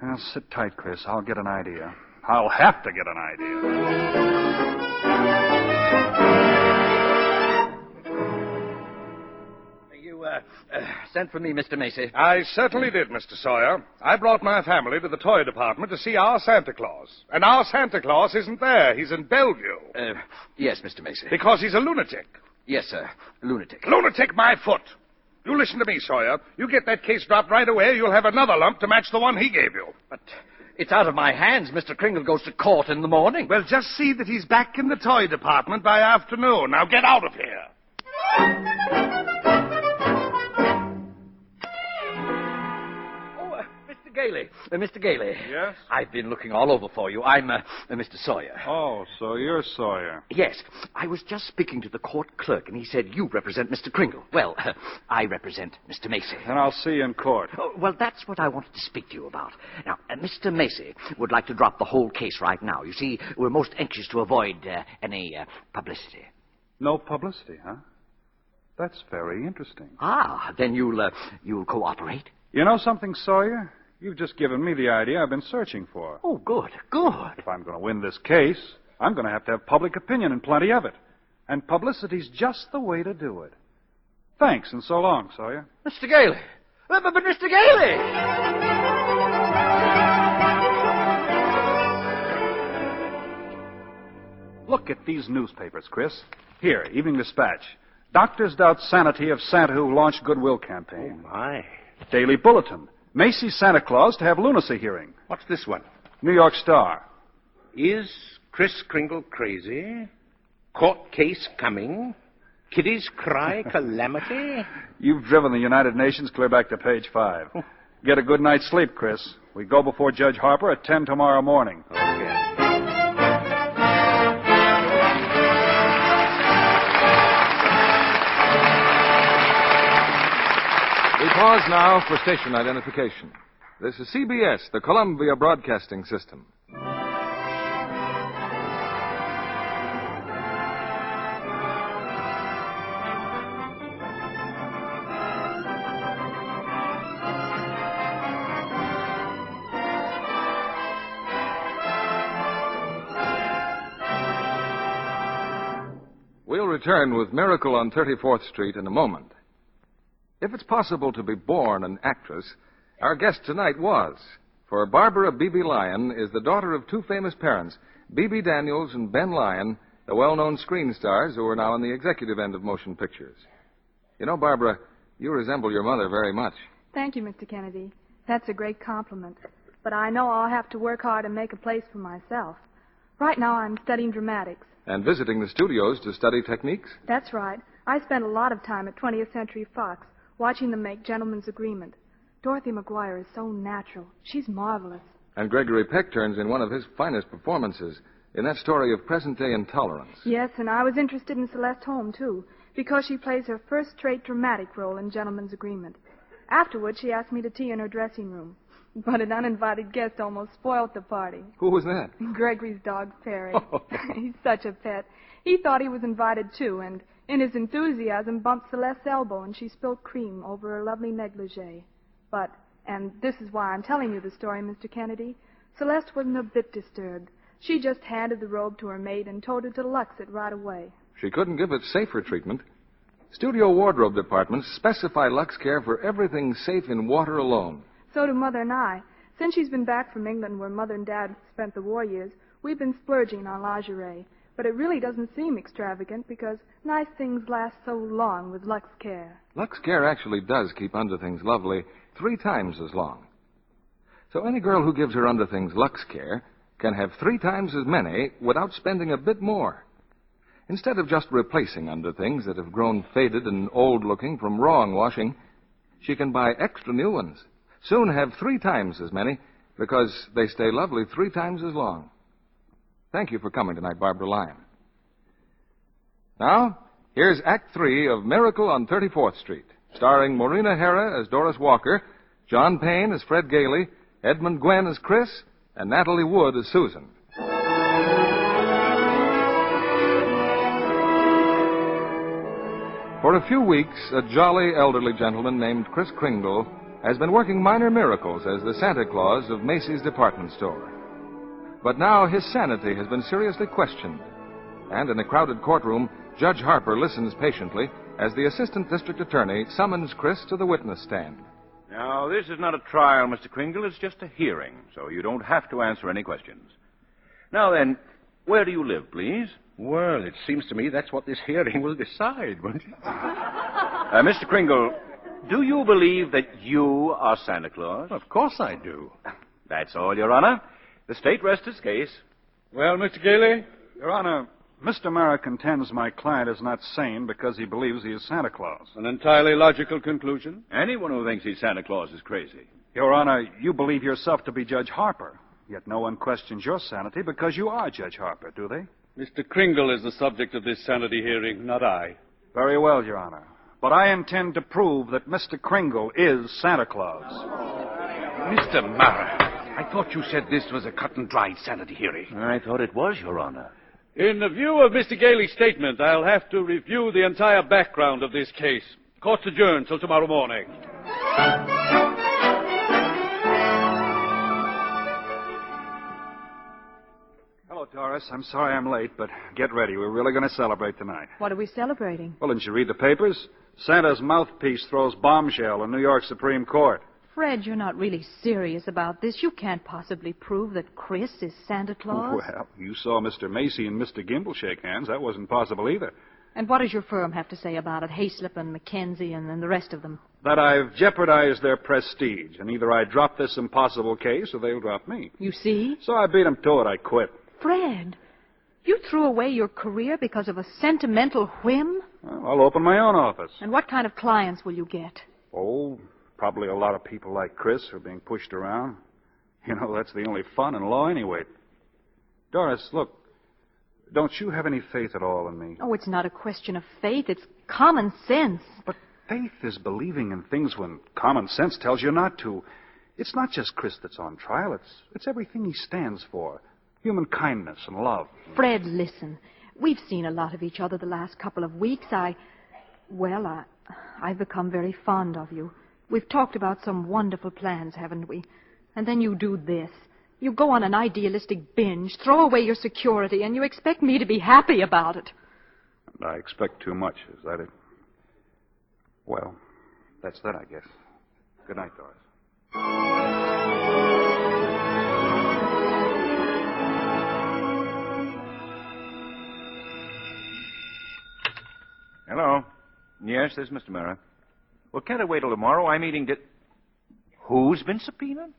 [SPEAKER 6] Now, sit tight, Chris. I'll get an idea. I'll have to get an idea.
[SPEAKER 15] You uh, uh, sent for me, Mr. Macy.
[SPEAKER 13] I certainly did, Mr. Sawyer. I brought my family to the toy department to see our Santa Claus. And our Santa Claus isn't there. He's in Bellevue.
[SPEAKER 15] Uh, yes, Mr. Macy.
[SPEAKER 13] Because he's a lunatic.
[SPEAKER 15] Yes, sir. Lunatic.
[SPEAKER 13] Lunatic, my foot. You listen to me, Sawyer. You get that case dropped right away, you'll have another lump to match the one he gave you.
[SPEAKER 15] But it's out of my hands. Mr. Kringle goes to court in the morning.
[SPEAKER 13] Well, just see that he's back in the toy department by afternoon. Now get out of here.
[SPEAKER 15] Oh, uh, Mr. Gailey. Uh, Mr. Gailey.
[SPEAKER 13] Yes?
[SPEAKER 15] I've been looking all over for you. I'm uh, uh, Mr. Sawyer.
[SPEAKER 6] Oh, so you're Sawyer.
[SPEAKER 15] Yes. I was just speaking to the court clerk, and he said you represent Mr. Kringle. Well, uh, I represent Mr. Macy.
[SPEAKER 6] Then I'll see you in court.
[SPEAKER 15] Oh, well, that's what I wanted to speak to you about. Now, uh, Mr. Macy would like to drop the whole case right now. You see, we're most anxious to avoid uh, any uh, publicity.
[SPEAKER 6] No publicity, huh? That's very interesting.
[SPEAKER 15] Ah, then you'll uh, you'll cooperate.
[SPEAKER 6] You know something, Sawyer? You've just given me the idea I've been searching for.
[SPEAKER 15] Oh, good, good.
[SPEAKER 6] If I'm going to win this case, I'm going to have to have public opinion and plenty of it. And publicity's just the way to do it. Thanks, and so long, Sawyer.
[SPEAKER 15] Mr. Gailey. But, but, but Mr. Gailey!
[SPEAKER 6] Look at these newspapers, Chris. Here, Evening Dispatch. Doctors doubt sanity of Santa who launched Goodwill
[SPEAKER 9] Oh,
[SPEAKER 6] campaign.
[SPEAKER 9] my.
[SPEAKER 6] Daily Bulletin. Macy's Santa Claus to have lunacy hearing.
[SPEAKER 9] What's this one?
[SPEAKER 6] New York Star.
[SPEAKER 9] Is Chris Kringle crazy? Court case coming? Kiddies cry calamity?
[SPEAKER 6] [laughs] You've driven the United Nations clear back to page five.
[SPEAKER 19] [laughs]
[SPEAKER 6] Get a good night's sleep, Chris. We go before Judge Harper at 10 tomorrow morning.
[SPEAKER 3] We pause now for station identification. This is CBS, the Columbia Broadcasting System. We'll return with Miracle on 34th Street in a moment. If it's possible to be born an actress, Our guest tonight was, for Barbara Beebe Lyon is the daughter of two famous parents, Beebe Daniels and Ben Lyon, the well known screen stars who are now on the executive end of motion pictures. You know, Barbara, you resemble your mother very much.
[SPEAKER 20] Thank you, Mr. Kennedy. That's a great compliment. But I know I'll have to work hard and make a place for myself. Right now, I'm studying dramatics.
[SPEAKER 3] And visiting the studios to study techniques?
[SPEAKER 20] That's right. I spent a lot of time at 20th Century Fox watching them make Gentleman's Agreement. Dorothy McGuire is so natural. She's marvelous.
[SPEAKER 3] And Gregory Peck turns in one of his finest performances in that story of present day intolerance.
[SPEAKER 20] Yes, and I was interested in Celeste Holm, too, because she plays her first straight dramatic role in Gentleman's Agreement. Afterward, she asked me to tea in her dressing room. But an uninvited guest almost spoiled the party.
[SPEAKER 3] Who was that?
[SPEAKER 20] [laughs] Gregory's dog, Perry. [laughs] He's such a pet. He thought he was invited, too, and in his enthusiasm bumped Celeste's elbow and she spilled cream over her lovely negligee. But, and this is why I'm telling you the story, Mr. Kennedy, Celeste wasn't a bit disturbed. She just handed the robe to her maid and told her to lux it right away.
[SPEAKER 3] She couldn't give it safer treatment. Studio wardrobe departments specify Lux Care for everything safe in water alone.
[SPEAKER 20] So do Mother and I. Since she's been back from England where Mother and Dad spent the war years, we've been splurging on lingerie. But it really doesn't seem extravagant because nice things last so long with Lux Care.
[SPEAKER 3] Lux Care actually does keep underthings lovely three times as long. So any girl who gives her underthings Lux Care can have three times as many without spending a bit more. Instead of just replacing underthings that have grown faded and old looking from wrong washing, she can buy extra new ones. Soon have three times as many because they stay lovely three times as long. Thank you for coming tonight, Barbara Lyon. Now, here's Act Three of Miracle on 34th Street, starring Maureen Hara as Doris Walker, John Payne as Fred Gailey, Edmund Gwen as Chris, and Natalie Wood as Susan. For a few weeks, a jolly elderly gentleman named Chris Kringle has been working minor miracles as the Santa Claus of Macy's department store. But now his sanity has been seriously questioned. And in a crowded courtroom, Judge Harper listens patiently as the assistant district attorney summons Chris to the witness stand.
[SPEAKER 19] Now, this is not a trial, Mr. Kringle. It's just a hearing, so you don't have to answer any questions. Now then, where do you live, please?
[SPEAKER 12] Well, it seems to me that's what this hearing will decide, won't it?
[SPEAKER 9] Um,
[SPEAKER 19] Uh, Mr. Kringle, do you believe that you are Santa Claus?
[SPEAKER 12] Of course I do.
[SPEAKER 19] That's all, Your Honor. The state rests its case.
[SPEAKER 6] Well, Mr. Gailey? Your Honor, Mr. Mara contends my client is not sane because he believes he is Santa Claus.
[SPEAKER 19] An entirely logical conclusion. Anyone who thinks he's Santa Claus is crazy.
[SPEAKER 6] Your Honor, you believe yourself to be Judge Harper, yet no one questions your sanity because you are Judge Harper, do they?
[SPEAKER 21] Mr. Kringle is the subject of this sanity hearing, not I.
[SPEAKER 6] Very well, Your Honor. But I intend to prove that Mr. Kringle is Santa Claus.
[SPEAKER 12] Mr. Mara, I thought you said this was a cut and dried sanity hearing.
[SPEAKER 19] I thought it was, Your Honor.
[SPEAKER 21] In the view of Mr. Gailey's statement, I'll have to review the entire background of this case. Court's adjourned till tomorrow morning.
[SPEAKER 6] Hello, Doris. I'm sorry I'm late, but get ready. We're really going to celebrate tonight.
[SPEAKER 5] What are we celebrating?
[SPEAKER 6] Well, didn't you read the papers? Santa's mouthpiece throws bombshell in New York Supreme Court.
[SPEAKER 5] Fred, you're not really serious about this. You can't possibly prove that Chris is Santa Claus.
[SPEAKER 6] Well, you saw Mr. Macy and Mr. Gimble shake hands. That wasn't possible either.
[SPEAKER 5] And what does your firm have to say about it? Hayslip and Mackenzie and, and the rest of them.
[SPEAKER 6] That I've jeopardized their prestige, and either I drop this impossible case or they'll drop me.
[SPEAKER 5] You see?
[SPEAKER 6] So I beat 'em to it. I quit.
[SPEAKER 5] Fred, you threw away your career because of a sentimental whim?
[SPEAKER 6] Well, I'll open my own office.
[SPEAKER 5] And what kind of clients will you get?
[SPEAKER 6] Oh, probably a lot of people like Chris who are being pushed around. You know, that's the only fun in law anyway. Doris, look, don't you have any faith at all in me?
[SPEAKER 5] Oh, it's not a question of faith. It's common sense.
[SPEAKER 6] But Faith is believing in things when common sense tells you not to. It's not just Chris that's on trial, it's, it's everything he stands for human kindness and love.
[SPEAKER 5] Fred, listen. We've seen a lot of each other the last couple of weeks. I, well, I, I've become very fond of you. We've talked about some wonderful plans, haven't we? And then you do this. You go on an idealistic binge, throw away your security, and you expect me to be happy about it.
[SPEAKER 6] And I expect too much. Is that it? Well, that's that, I guess. Good night, Doris.
[SPEAKER 19] finish this, Mr. Murrah? Well, can't it wait till tomorrow? I'm eating di- Who's been subpoenaed?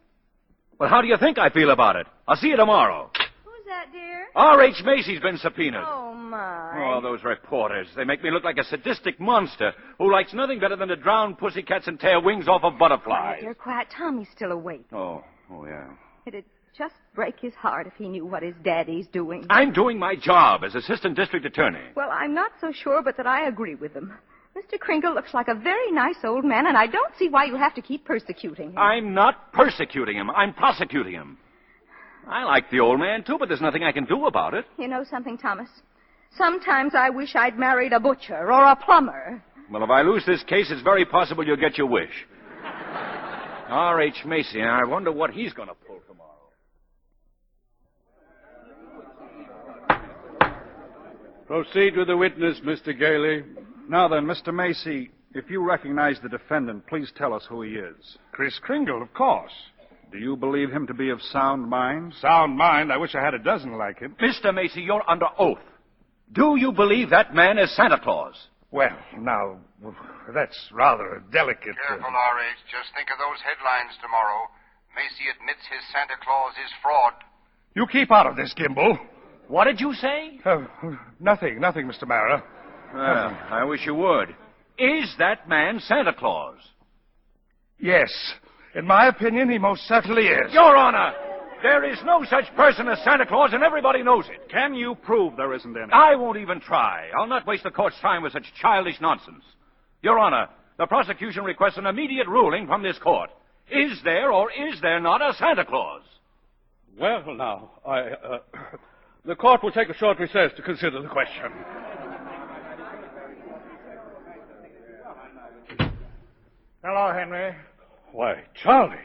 [SPEAKER 1] Well, how do you think I feel about it? I'll see you tomorrow.
[SPEAKER 10] Who's that, dear?
[SPEAKER 19] R.H. Macy's been subpoenaed.
[SPEAKER 10] Oh, my.
[SPEAKER 19] Oh, those reporters. They make me look like a sadistic monster who likes nothing better than to drown pussycats and tear wings off of butterflies.
[SPEAKER 10] Dear, quiet. Tommy's still awake.
[SPEAKER 19] Oh, oh, yeah.
[SPEAKER 10] It'd just break his heart if he knew what his daddy's doing.
[SPEAKER 19] I'm doing my job as assistant district attorney.
[SPEAKER 10] Well, I'm not so sure, but that I agree with him. Mr. Kringle looks like a very nice old man, and I don't see why you have to keep persecuting him.
[SPEAKER 19] I'm not persecuting him. I'm prosecuting him. I like the old man, too, but there's nothing I can do about it.
[SPEAKER 10] You know something, Thomas? Sometimes I wish I'd married a butcher or a plumber.
[SPEAKER 19] Well, if I lose this case, it's very possible you'll get your wish. R.H. Macy, I wonder what he's going to pull tomorrow.
[SPEAKER 6] Proceed with the witness, Mr. Gailey. Now then, Mr. Macy, if you recognize the defendant, please tell us who he is. Chris Kringle, of course. Do you believe him to be of sound mind? Sound mind? I wish I had a dozen like him.
[SPEAKER 19] Mr. Macy, you're under oath. Do you believe that man is Santa Claus?
[SPEAKER 6] Well, now, that's rather a delicate. uh,
[SPEAKER 22] Careful, R.H. Just think of those headlines tomorrow. Macy admits his Santa Claus is fraud.
[SPEAKER 6] You keep out of this, Gimbal.
[SPEAKER 19] What did you say?
[SPEAKER 6] Uh, nothing, nothing, Mr. Mara.
[SPEAKER 19] Well, I wish you would. Is that man Santa Claus?
[SPEAKER 6] Yes. In my opinion, he most certainly is.
[SPEAKER 19] Your Honor, there is no such person as Santa Claus, and everybody knows it.
[SPEAKER 6] Can you prove there isn't any?
[SPEAKER 19] I won't even try. I'll not waste the court's time with such childish nonsense. Your Honor, the prosecution requests an immediate ruling from this court. Is there or is there not a Santa Claus?
[SPEAKER 21] Well, now, I, uh, [coughs] the court will take a short recess to consider the question.
[SPEAKER 23] Hello, Henry.
[SPEAKER 21] Why, Charlie,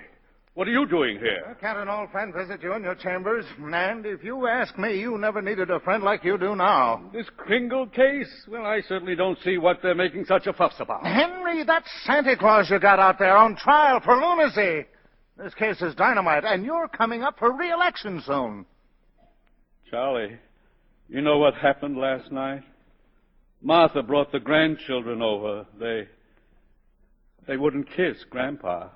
[SPEAKER 21] what are you doing here?
[SPEAKER 23] Can't an old friend visit you in your chambers? And if you ask me, you never needed a friend like you do now.
[SPEAKER 21] This Kringle case? Well, I certainly don't see what they're making such a fuss
[SPEAKER 23] [laughs]
[SPEAKER 21] about.
[SPEAKER 23] Henry, that's Santa Claus you got out there on trial for lunacy. This case is dynamite, and you're coming up for re-election soon.
[SPEAKER 21] Charlie, you know what happened last night? Martha brought the grandchildren over. They they wouldn't kiss Grandpa.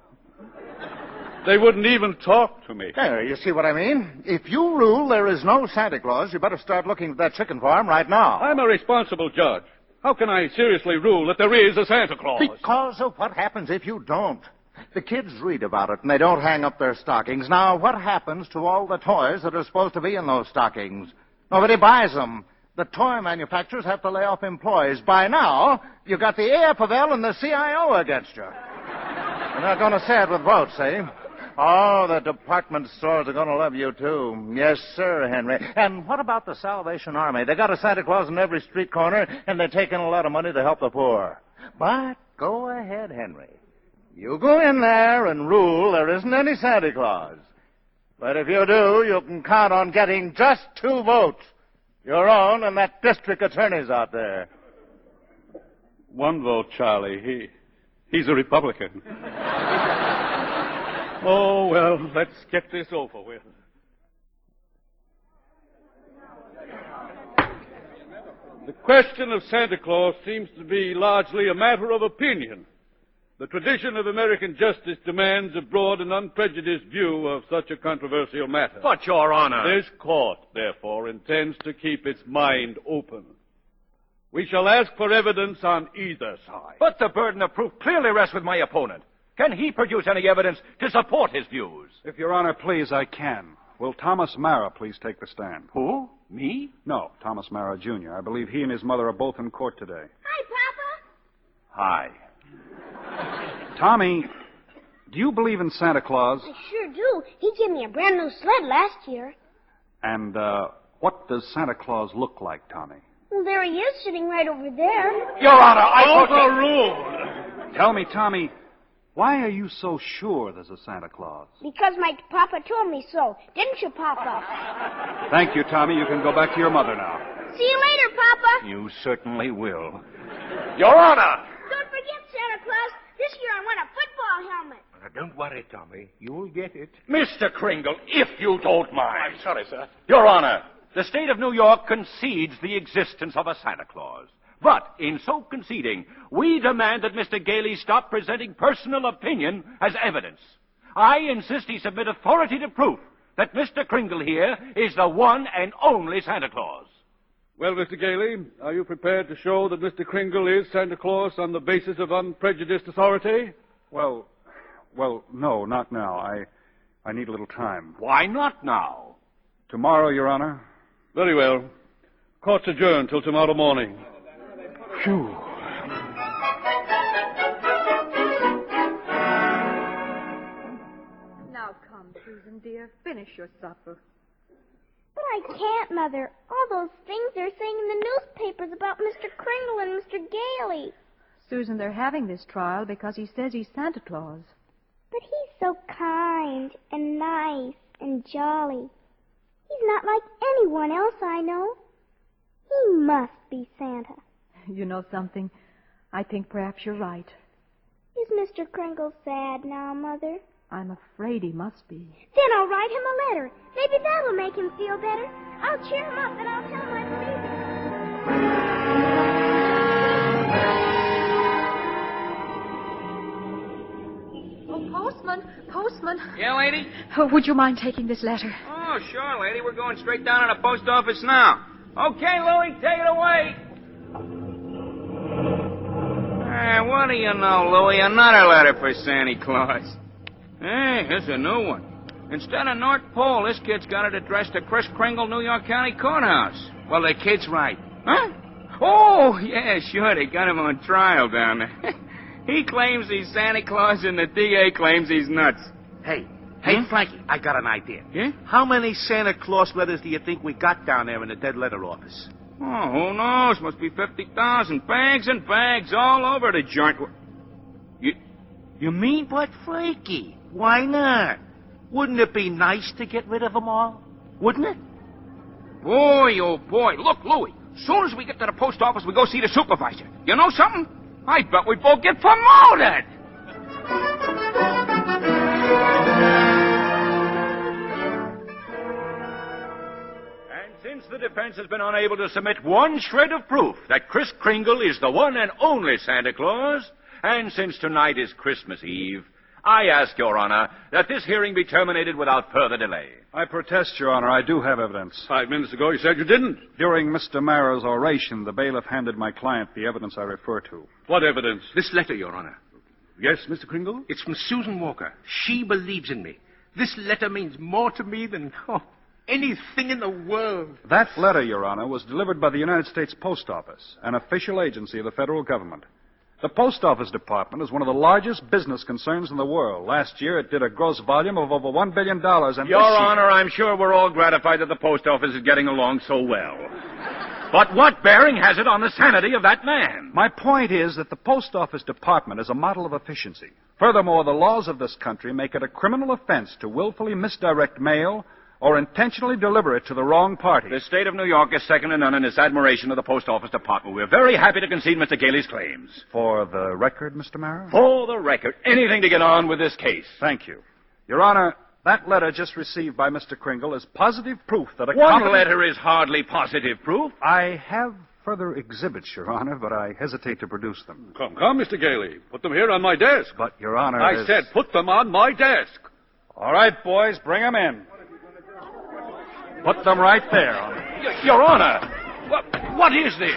[SPEAKER 21] They wouldn't even talk to me.
[SPEAKER 23] There, you see what I mean? If you rule there is no Santa Claus, you better start looking for that chicken farm right now.
[SPEAKER 21] I'm a responsible judge. How can I seriously rule that there is a Santa Claus?
[SPEAKER 23] Because of what happens if you don't. The kids read about it and they don't hang up their stockings. Now, what happens to all the toys that are supposed to be in those stockings? Nobody buys them. The toy manufacturers have to lay off employees. By now, you've got the AFL and the CIO against you. You're not going to say it with votes, eh? Oh, the department stores are going to love you, too. Yes, sir, Henry. And what about the Salvation Army? They got a Santa Claus in every street corner, and they're taking a lot of money to help the poor. But go ahead, Henry. You go in there and rule there isn't any Santa Claus. But if you do, you can count on getting just two votes your own and that district attorney's out there.
[SPEAKER 21] One vote, Charlie. He, he's a Republican. [laughs] oh, well, let's get this over with. The question of Santa Claus seems to be largely a matter of opinion. The tradition of American justice demands a broad and unprejudiced view of such a controversial matter.
[SPEAKER 19] But, Your Honor.
[SPEAKER 21] This court, therefore, intends to keep its mind open. We shall ask for evidence on either side.
[SPEAKER 19] But the burden of proof clearly rests with my opponent. Can he produce any evidence to support his views?
[SPEAKER 6] If Your Honor please, I can. Will Thomas Mara please take the stand?
[SPEAKER 19] Who? Me?
[SPEAKER 6] No, Thomas Mara Jr. I believe he and his mother are both in court today.
[SPEAKER 7] Hi,
[SPEAKER 19] Hi.
[SPEAKER 7] Papa.
[SPEAKER 6] Tommy, do you believe in Santa Claus?
[SPEAKER 7] I sure do. He gave me a brand new sled last year.
[SPEAKER 6] And uh, what does Santa Claus look like, Tommy?
[SPEAKER 7] Well, there he is sitting right over there.
[SPEAKER 19] Your Honor, I thought that-
[SPEAKER 21] Overruled.
[SPEAKER 6] Tell me, Tommy, why are you so sure there's a Santa Claus?
[SPEAKER 7] Because my papa told me so. Didn't you,
[SPEAKER 19] [laughs]
[SPEAKER 7] Papa?
[SPEAKER 6] Thank you, Tommy. You can go back to your mother now.
[SPEAKER 7] See you later, Papa.
[SPEAKER 19] You certainly will. Your Honor!
[SPEAKER 7] Don't forget, Santa Claus. This year I want a football helmet.
[SPEAKER 22] Now, Uh, don't worry, Tommy. You'll get it.
[SPEAKER 19] Mr. Kringle, if you don't mind.
[SPEAKER 22] I'm sorry, sir.
[SPEAKER 19] Your Honor, the state of New York concedes the existence of a Santa Claus.
[SPEAKER 24] But in so conceding, we demand that Mr. Gailey stop presenting personal opinion as evidence. I insist he submit authoritative proof that Mr. Kringle here is the one and only Santa Claus.
[SPEAKER 21] Well, Mr. Gailey, are you prepared to show that Mr. Kringle is Santa Claus on the basis of unprejudiced authority?
[SPEAKER 6] Well, well, no, not now. I, I need a little time.
[SPEAKER 24] Why not now?
[SPEAKER 6] Tomorrow, Your Honor.
[SPEAKER 21] Very well. Court's adjourned till tomorrow morning.
[SPEAKER 6] Phew.
[SPEAKER 12] Now come, Susan, dear. Finish your supper.
[SPEAKER 7] But I can't, Mother. All those things they're saying in the newspapers about Mr. Kringle and Mr. Gailey.
[SPEAKER 5] Susan, they're having this trial because he says he's Santa Claus.
[SPEAKER 7] But he's so kind and nice and jolly. He's not like anyone else I know. He must be Santa.
[SPEAKER 5] [laughs] You know something? I think perhaps you're right.
[SPEAKER 7] Is Mr. Kringle sad now, Mother?
[SPEAKER 5] I'm afraid he must be.
[SPEAKER 7] Then I'll write him a letter. Maybe that'll make him feel better. I'll cheer him up and I'll tell him I believe in him.
[SPEAKER 5] Oh, postman, postman.
[SPEAKER 19] Yeah, lady?
[SPEAKER 5] Oh, would you mind taking this letter?
[SPEAKER 19] Oh, sure, lady. We're going straight down to the post office now. Okay, Louie, take it away. Hey, Eh, what do you know, Louie? Another letter for Santa Claus. Hey, here's a new one. Instead of North Pole, this kid's got it addressed to Chris Kringle, New York County Courthouse. Well, the kid's right. Huh? Oh, yeah, sure. They got him on trial down there. [laughs] he claims he's Santa Claus, and the DA claims he's nuts. Hmm?
[SPEAKER 9] Hey, hey, Frankie, I got an idea.
[SPEAKER 19] Yeah?
[SPEAKER 9] Eh? How many Santa Claus letters do you think we got down there in the dead letter office?
[SPEAKER 19] Oh, who knows? Must be 50,000. Bags and bags all over the joint. You, you mean?
[SPEAKER 9] But, Frankie, why not? Wouldn't it be nice to get rid of them all? Wouldn't it?
[SPEAKER 19] Boy, oh boy. Look, Louie. Soon as we get to the post office, we go see the supervisor. You know something? I bet we both get promoted.
[SPEAKER 25] And since the defense has been unable to submit one shred of proof that Chris Kringle is the one and only Santa Claus, and since tonight is Christmas Eve, I ask Your Honor that this hearing be terminated without further delay.
[SPEAKER 6] I protest, Your Honor. I do have evidence.
[SPEAKER 21] Five minutes ago, you said you didn't.
[SPEAKER 6] During Mr. Mara's oration, the bailiff handed my client the evidence I refer to.
[SPEAKER 21] What evidence?
[SPEAKER 9] This letter, Your Honor.
[SPEAKER 21] Yes, Mr. Kringle?
[SPEAKER 9] It's from Susan Walker. She believes in me. This letter means more to me than oh, anything in the world.
[SPEAKER 6] That letter, Your Honor, was delivered by the United States Post Office, an official agency of the federal government. The Post Office Department is one of the largest business concerns in the world. Last year, it did a gross volume of over $1 billion. And
[SPEAKER 24] Your
[SPEAKER 6] this year-
[SPEAKER 24] Honor, I'm sure we're all gratified that the post office is getting along so well. But what bearing has it on the sanity of that man?
[SPEAKER 6] My point is that the Post Office Department is a model of efficiency. Furthermore, the laws of this country make it a criminal offense to willfully misdirect mail or intentionally deliver it to the wrong party.
[SPEAKER 24] The state of New York is second to none in its admiration of the post office department. We're very happy to concede Mr. Gailey's claims.
[SPEAKER 6] For the record, Mr. Mara?
[SPEAKER 24] For the record, anything to get on with this case.
[SPEAKER 6] Thank you. Your Honor, that letter just received by Mr. Kringle is positive proof that a
[SPEAKER 24] One
[SPEAKER 6] competent-
[SPEAKER 24] letter is hardly positive proof.
[SPEAKER 6] I have further exhibits, Your Honor, but I hesitate to produce them.
[SPEAKER 21] Come, come, Mr. Gailey. Put them here on my desk.
[SPEAKER 6] But, Your Honor.
[SPEAKER 21] I
[SPEAKER 6] is-
[SPEAKER 21] said put them on my desk.
[SPEAKER 6] All right, boys, bring them in. Put them right there.
[SPEAKER 24] Y- Your Honor, wha- what is this?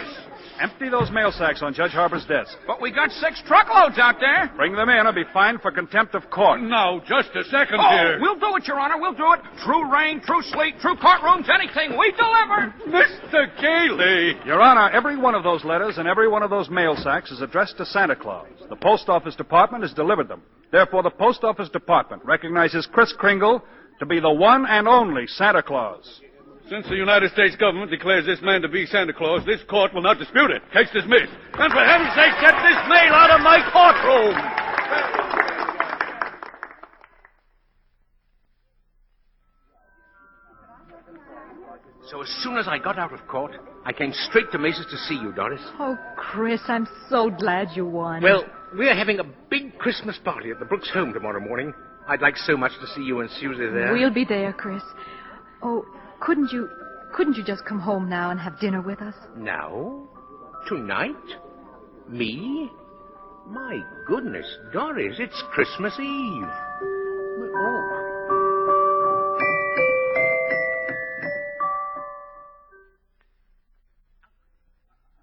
[SPEAKER 6] Empty those mail sacks on Judge Harper's desk.
[SPEAKER 19] But we got six truckloads out there.
[SPEAKER 6] Bring them in or be fined for contempt of court.
[SPEAKER 21] Now, just a second
[SPEAKER 19] Oh,
[SPEAKER 21] here.
[SPEAKER 19] we'll do it, Your Honor. We'll do it. True rain, true sleet, true courtrooms, anything. We deliver.
[SPEAKER 21] Mr. Gailey.
[SPEAKER 6] Your Honor, every one of those letters and every one of those mail sacks is addressed to Santa Claus. The Post Office Department has delivered them. Therefore, the Post Office Department recognizes Chris Kringle to be the one and only Santa Claus.
[SPEAKER 21] Since the United States government declares this man to be Santa Claus, this court will not dispute it. Case dismissed. And for heaven's sake, get this mail out of my courtroom.
[SPEAKER 9] So as soon as I got out of court, I came straight to Macy's to see you, Doris.
[SPEAKER 5] Oh, Chris, I'm so glad you won.
[SPEAKER 9] Well, we're having a big Christmas party at the Brooks home tomorrow morning. I'd like so much to see you and Susie there.
[SPEAKER 5] we'll be there, Chris. Oh, couldn't you couldn't you just come home now and have dinner with us?
[SPEAKER 9] Now? Tonight? Me? My goodness, Doris, it's Christmas Eve.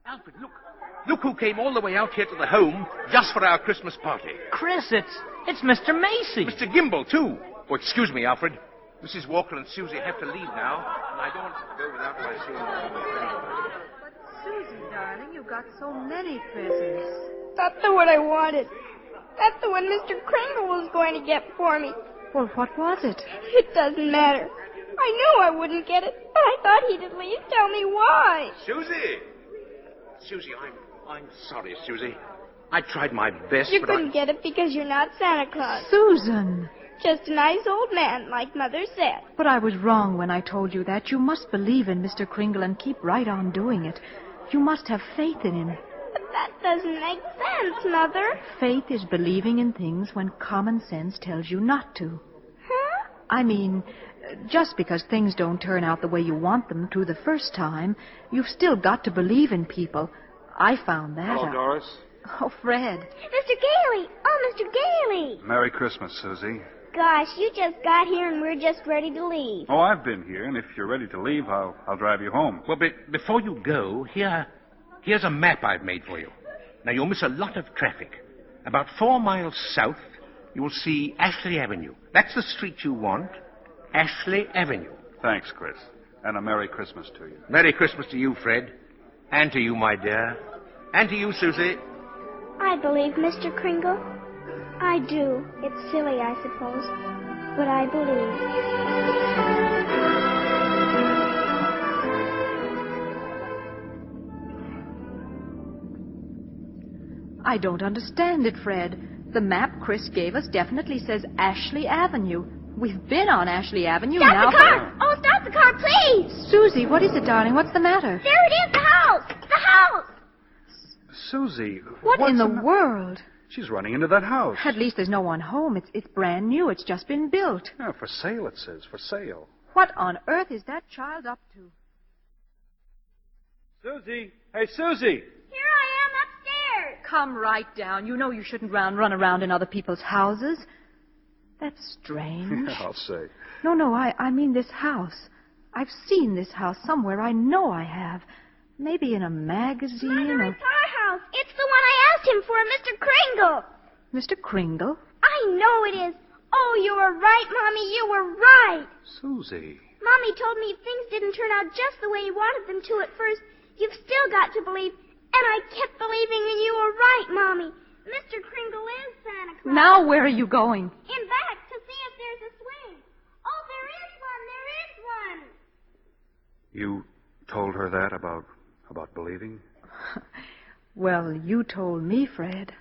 [SPEAKER 9] Alfred, look. Look who came all the way out here to the home just for our Christmas party.
[SPEAKER 26] Chris, it's it's Mr. Macy.
[SPEAKER 9] Mr. Gimble, too. Oh, excuse me, Alfred. Mrs. Walker and Susie have to leave now, and I don't want to go without my seeing them.
[SPEAKER 5] Susie, darling, you got so many presents.
[SPEAKER 7] That's the one I wanted. That's the one Mr. Kringle was going to get for me.
[SPEAKER 5] Well, what was it?
[SPEAKER 7] It doesn't matter. I knew I wouldn't get it, but I thought he'd at least tell me why.
[SPEAKER 9] Susie! Susie, I'm I'm sorry, Susie. I tried my best,
[SPEAKER 7] you
[SPEAKER 9] but
[SPEAKER 7] couldn't
[SPEAKER 9] I...
[SPEAKER 7] get it because you're not Santa Claus.
[SPEAKER 5] Susan.
[SPEAKER 7] Just a nice old man, like Mother said.
[SPEAKER 5] But I was wrong when I told you that. You must believe in Mr. Kringle and keep right on doing it. You must have faith in him.
[SPEAKER 7] But that doesn't make sense, Mother.
[SPEAKER 5] Faith is believing in things when common sense tells you not to.
[SPEAKER 7] Huh?
[SPEAKER 5] I mean, uh, just because things don't turn out the way you want them to the first time, you've still got to believe in people. I found that
[SPEAKER 6] Hello,
[SPEAKER 5] out.
[SPEAKER 6] Doris.
[SPEAKER 5] Oh, Fred.
[SPEAKER 7] Mr. Gailey! Oh, Mr. Gailey!
[SPEAKER 6] Merry Christmas, Susie.
[SPEAKER 7] Gosh, you just got here and we're just ready to leave.
[SPEAKER 6] Oh, I've been here, and if you're ready to leave, I'll, I'll drive you home.
[SPEAKER 9] Well, be- before you go, here, here's a map I've made for you. Now, you'll miss a lot of traffic. About four miles south, you'll see Ashley Avenue. That's the street you want. Ashley Avenue.
[SPEAKER 6] Thanks, Chris. And a Merry Christmas to you.
[SPEAKER 9] Merry Christmas to you, Fred. And to you, my dear. And to you, Susie.
[SPEAKER 7] I believe Mr. Kringle. I do. It's silly, I suppose. But I believe.
[SPEAKER 5] I don't understand it, Fred. The map Chris gave us definitely says Ashley Avenue. We've been on Ashley Avenue
[SPEAKER 7] Stop
[SPEAKER 5] now.
[SPEAKER 7] the car! Oh, stop the car, please!
[SPEAKER 5] Susie, what is it, darling? What's the matter?
[SPEAKER 7] There it is, the house! The house!
[SPEAKER 6] Susie.
[SPEAKER 5] What
[SPEAKER 6] what's
[SPEAKER 5] in the
[SPEAKER 6] ma-
[SPEAKER 5] world?
[SPEAKER 6] She's running into that house.
[SPEAKER 5] At least there's no one home. It's it's brand new. It's just been built.
[SPEAKER 6] Yeah, for sale, it says. For sale.
[SPEAKER 5] What on earth is that child up to?
[SPEAKER 27] Susie! Hey, Susie!
[SPEAKER 7] Here I am upstairs!
[SPEAKER 5] Come right down. You know you shouldn't round, run around in other people's houses. That's
[SPEAKER 6] [laughs]
[SPEAKER 5] strange.
[SPEAKER 6] I'll say.
[SPEAKER 5] no, no, I, I mean this house. I've seen this house somewhere. I know I have. Maybe in a magazine or.
[SPEAKER 7] It's our house! It's the one I asked him for, Mr. Kringle!
[SPEAKER 5] Mr. Kringle?
[SPEAKER 7] I know it is! Oh, you were right, Mommy, you were right!
[SPEAKER 6] Susie.
[SPEAKER 7] Mommy told me if things didn't turn out just the way you wanted them to at first, you've still got to believe. And I kept believing, and you were right, Mommy. Mr. Kringle is Santa Claus.
[SPEAKER 5] Now where are you going?
[SPEAKER 7] In back to see if there's a swing. Oh, there is one. There is one.
[SPEAKER 6] You told her that about about believing?
[SPEAKER 5] Well, you told me, Fred.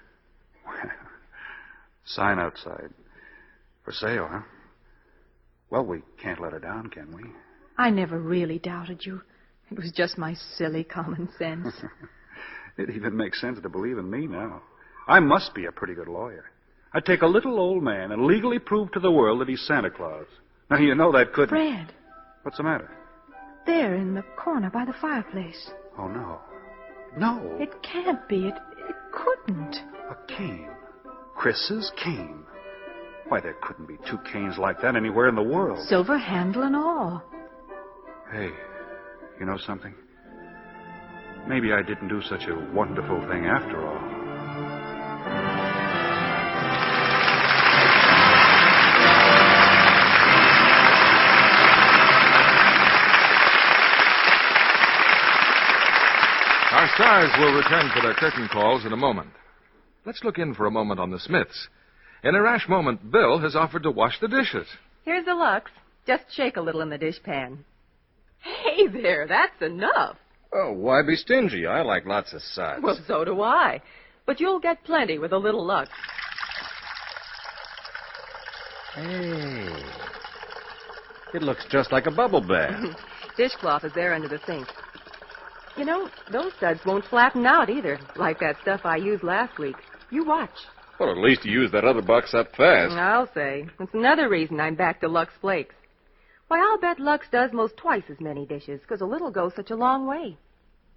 [SPEAKER 6] Sign outside. For sale, huh? Well, we can't let her down, can we?
[SPEAKER 5] I never really doubted you. It was just my silly common sense.
[SPEAKER 6] It even makes sense to believe in me now. I must be a pretty good lawyer. I'd take a little old man and legally prove to the world that he's Santa Claus. Now, you know that couldn't.
[SPEAKER 5] Fred,
[SPEAKER 6] What's the matter?
[SPEAKER 5] there in the corner by the fireplace.
[SPEAKER 6] Oh, no. No.
[SPEAKER 5] It can't be. It, it couldn't.
[SPEAKER 6] A cane. Chris's cane. Why, there couldn't be two canes like that anywhere in the world.
[SPEAKER 5] Silver handle and all.
[SPEAKER 6] Hey, you know something? Maybe I didn't do such a wonderful thing after all.
[SPEAKER 3] Our stars will return for their curtain calls in a moment. Let's look in for a moment on the Smiths. In a rash moment, Bill has offered to wash the dishes.
[SPEAKER 16] Here's the Lux. Just shake a little in the dishpan. Hey there, that's enough.
[SPEAKER 19] Oh, why be stingy? I like lots of sides.
[SPEAKER 16] Well, so do I. But you'll get plenty with a little Lux.
[SPEAKER 19] Hey. It looks just like a bubble bath.
[SPEAKER 16] [clears throat] Dishcloth is there under the sink. You know, those suds won't flatten out either, like that stuff I used last week. You watch.
[SPEAKER 19] well, at least you used that other box up fast.
[SPEAKER 16] I'll say. It's another reason I'm back to Lux Flakes. Why, I'll bet Lux does most twice as many dishes, because a little goes such a long way.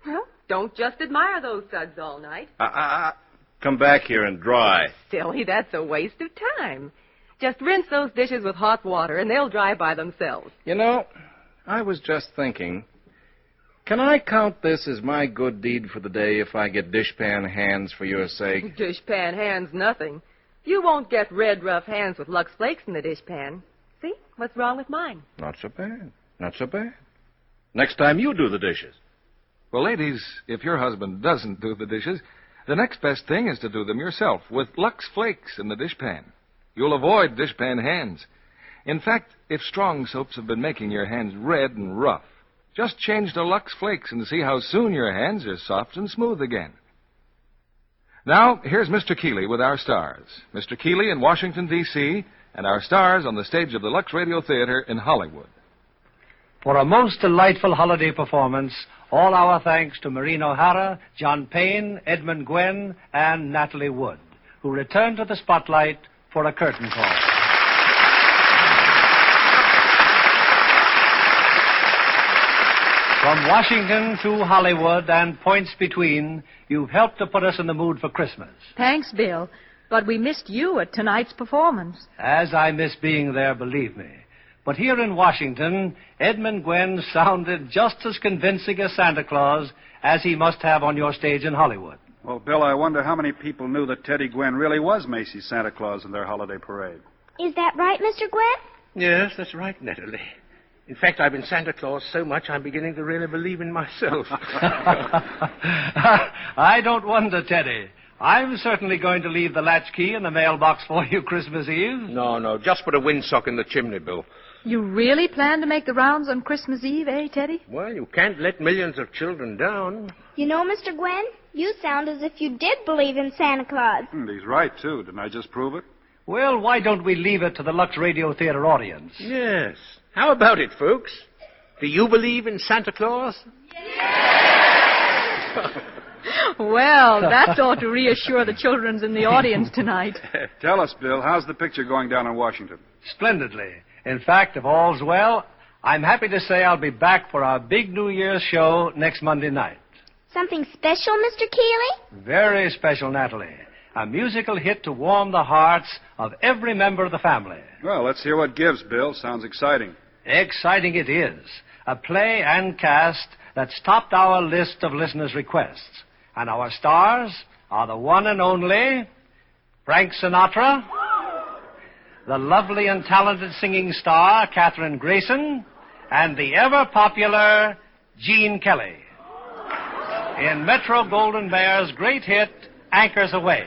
[SPEAKER 16] Well, don't just admire those suds all night.
[SPEAKER 28] I, I, I- come back here and dry.
[SPEAKER 16] Silly, that's a waste of time. Just rinse those dishes with hot water and they'll dry by themselves.
[SPEAKER 28] You know, I was just thinking. Can I count this as my good deed for the day if I get dishpan hands for your sake?
[SPEAKER 16] Dishpan hands, nothing. You won't get red, rough hands with Lux Flakes in the dishpan. See? What's wrong with mine?
[SPEAKER 28] Not so bad. Not so bad. Next time you do the dishes.
[SPEAKER 3] Well, ladies, if your husband doesn't do the dishes, the next best thing is to do them yourself with Lux Flakes in the dishpan. You'll avoid dishpan hands. In fact, if strong soaps have been making your hands red and rough, just change to Lux Flakes and see how soon your hands are soft and smooth again. Now, here's Mr. Keeley with our stars. Mr. Keeley in Washington, D.C., and our stars on the stage of the Lux Radio Theater in Hollywood.
[SPEAKER 2] For a most delightful holiday performance, all our thanks to Maureen O'Hara, John Payne, Edmund Gwen, and Natalie Wood, who return to the spotlight for a curtain call. From Washington through Hollywood and points between, you've helped to put us in the mood for Christmas.
[SPEAKER 5] Thanks, Bill. But we missed you at tonight's performance.
[SPEAKER 2] As I miss being there, believe me. But here in Washington, Edmund Gwen sounded just as convincing as Santa Claus as he must have on your stage
[SPEAKER 22] [laughs]
[SPEAKER 2] in Hollywood.
[SPEAKER 6] Well, Bill, I wonder how many people knew that Teddy Gwynn really was Macy's Santa Claus in their holiday parade.
[SPEAKER 7] Is that right, Mr. Gwen?
[SPEAKER 22] Yes, that's right, Natalie. In fact, I've been Santa Claus so much I'm beginning to really believe in
[SPEAKER 9] [laughs]
[SPEAKER 22] myself. [laughs]
[SPEAKER 2] I don't wonder, Teddy. I'm certainly going to leave the latchkey in the mailbox for you Christmas Eve.
[SPEAKER 22] No, no, just put a windsock in the chimney, Bill.
[SPEAKER 5] You really plan to make the rounds on Christmas Eve, eh, [laughs] Teddy?
[SPEAKER 22] Well, you can't let millions of children down.
[SPEAKER 7] You know, Mr. Gwen, you sound as if you did believe in Santa Claus.
[SPEAKER 6] And Mm, he's right, too. Didn't I just prove it?
[SPEAKER 2] Well, why don't we leave it to the Lux Radio Theater audience?
[SPEAKER 22] Yes. How about it, folks? Do you believe in Santa Claus?
[SPEAKER 5] Well, that ought to reassure the children's in the audience tonight.
[SPEAKER 6] [laughs] Tell us, Bill, how's the picture going down in Washington?
[SPEAKER 2] Splendidly. In fact, if all's well, I'm happy to say I'll be back for our big New Year's show next Monday night.
[SPEAKER 7] Something special, Mr. Keeley?
[SPEAKER 2] Very special, Natalie. A musical hit to warm the hearts of every member of the family.
[SPEAKER 6] Well, let's hear what gives, Bill. Sounds exciting.
[SPEAKER 2] Exciting it is. A play and cast that's topped our list of listeners' requests. And our stars are the one and only Frank Sinatra, the lovely and talented singing star Katherine Grayson, and the ever popular Gene Kelly. In Metro Golden Bear's great hit, Anchors Away.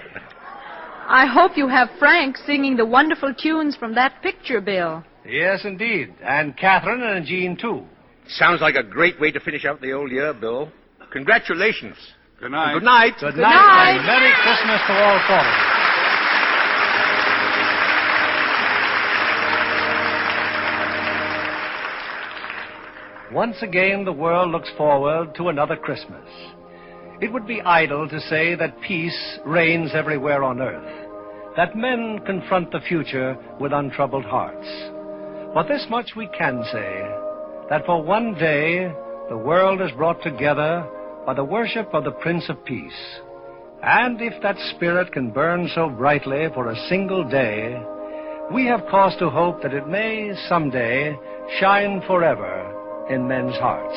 [SPEAKER 5] I hope you have Frank singing the wonderful tunes from that picture, Bill.
[SPEAKER 2] Yes, indeed. And Catherine and Jean, too.
[SPEAKER 22] Sounds like a great way to finish out the old year, Bill. Congratulations.
[SPEAKER 6] Good
[SPEAKER 22] night. Good night.
[SPEAKER 2] Good night, and Merry Christmas to all four of you. Once again, the world looks forward to another Christmas. It would be idle to say that peace reigns everywhere on earth, that men confront the future with untroubled hearts. But this much we can say that for one day, the world is brought together by the worship of the Prince of Peace. And if that spirit can burn so brightly for a single day, we have cause to hope that it may someday shine forever in men's hearts.
[SPEAKER 5] [laughs]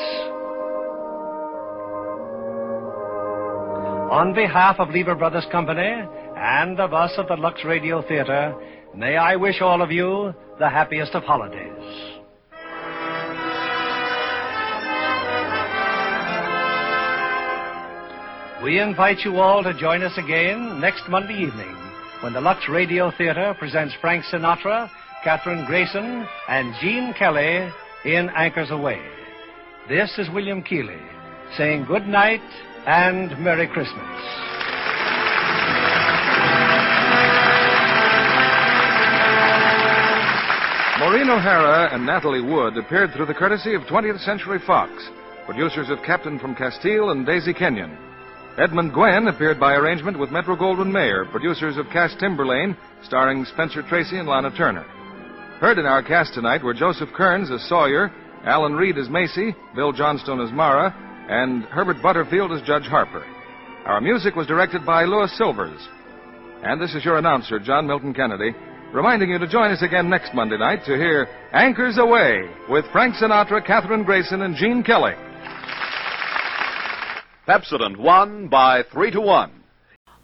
[SPEAKER 2] On behalf of Lever Brothers Company and of us at the Lux Radio Theater, may I wish all of you the happiest of holidays. We invite you all to join us again next Monday evening when the Lux Radio Theater presents Frank Sinatra, Katherine Grayson, and Gene Kelly in Anchors Away. This is William Keeley saying good night and Merry Christmas.
[SPEAKER 3] Maureen O'Hara and Natalie Wood appeared through the courtesy of 20th Century Fox, producers of Captain from Castile and Daisy Kenyon. Edmund Gwen appeared by arrangement with Metro Goldwyn Mayer, producers of Cast Timberlane, starring Spencer Tracy and Lana Turner. Heard in our cast tonight were Joseph Kearns as Sawyer, Alan Reed as Macy, Bill Johnstone as Mara, and Herbert Butterfield as Judge Harper. Our music was directed by Louis Silvers. And this is your announcer, John Milton Kennedy, reminding you to join us again next Monday night to hear Anchors Away with Frank Sinatra, Catherine Grayson, and Gene Kelly.
[SPEAKER 9] Pepsodent won by three to one.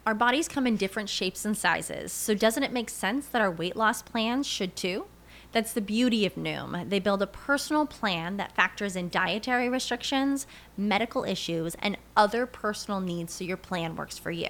[SPEAKER 11] Our bodies come in different shapes and sizes, so doesn't it make sense that our weight loss plans should too? That's the beauty of Noom. They build a personal plan that factors in dietary restrictions, medical issues, and other personal needs so your plan works for you.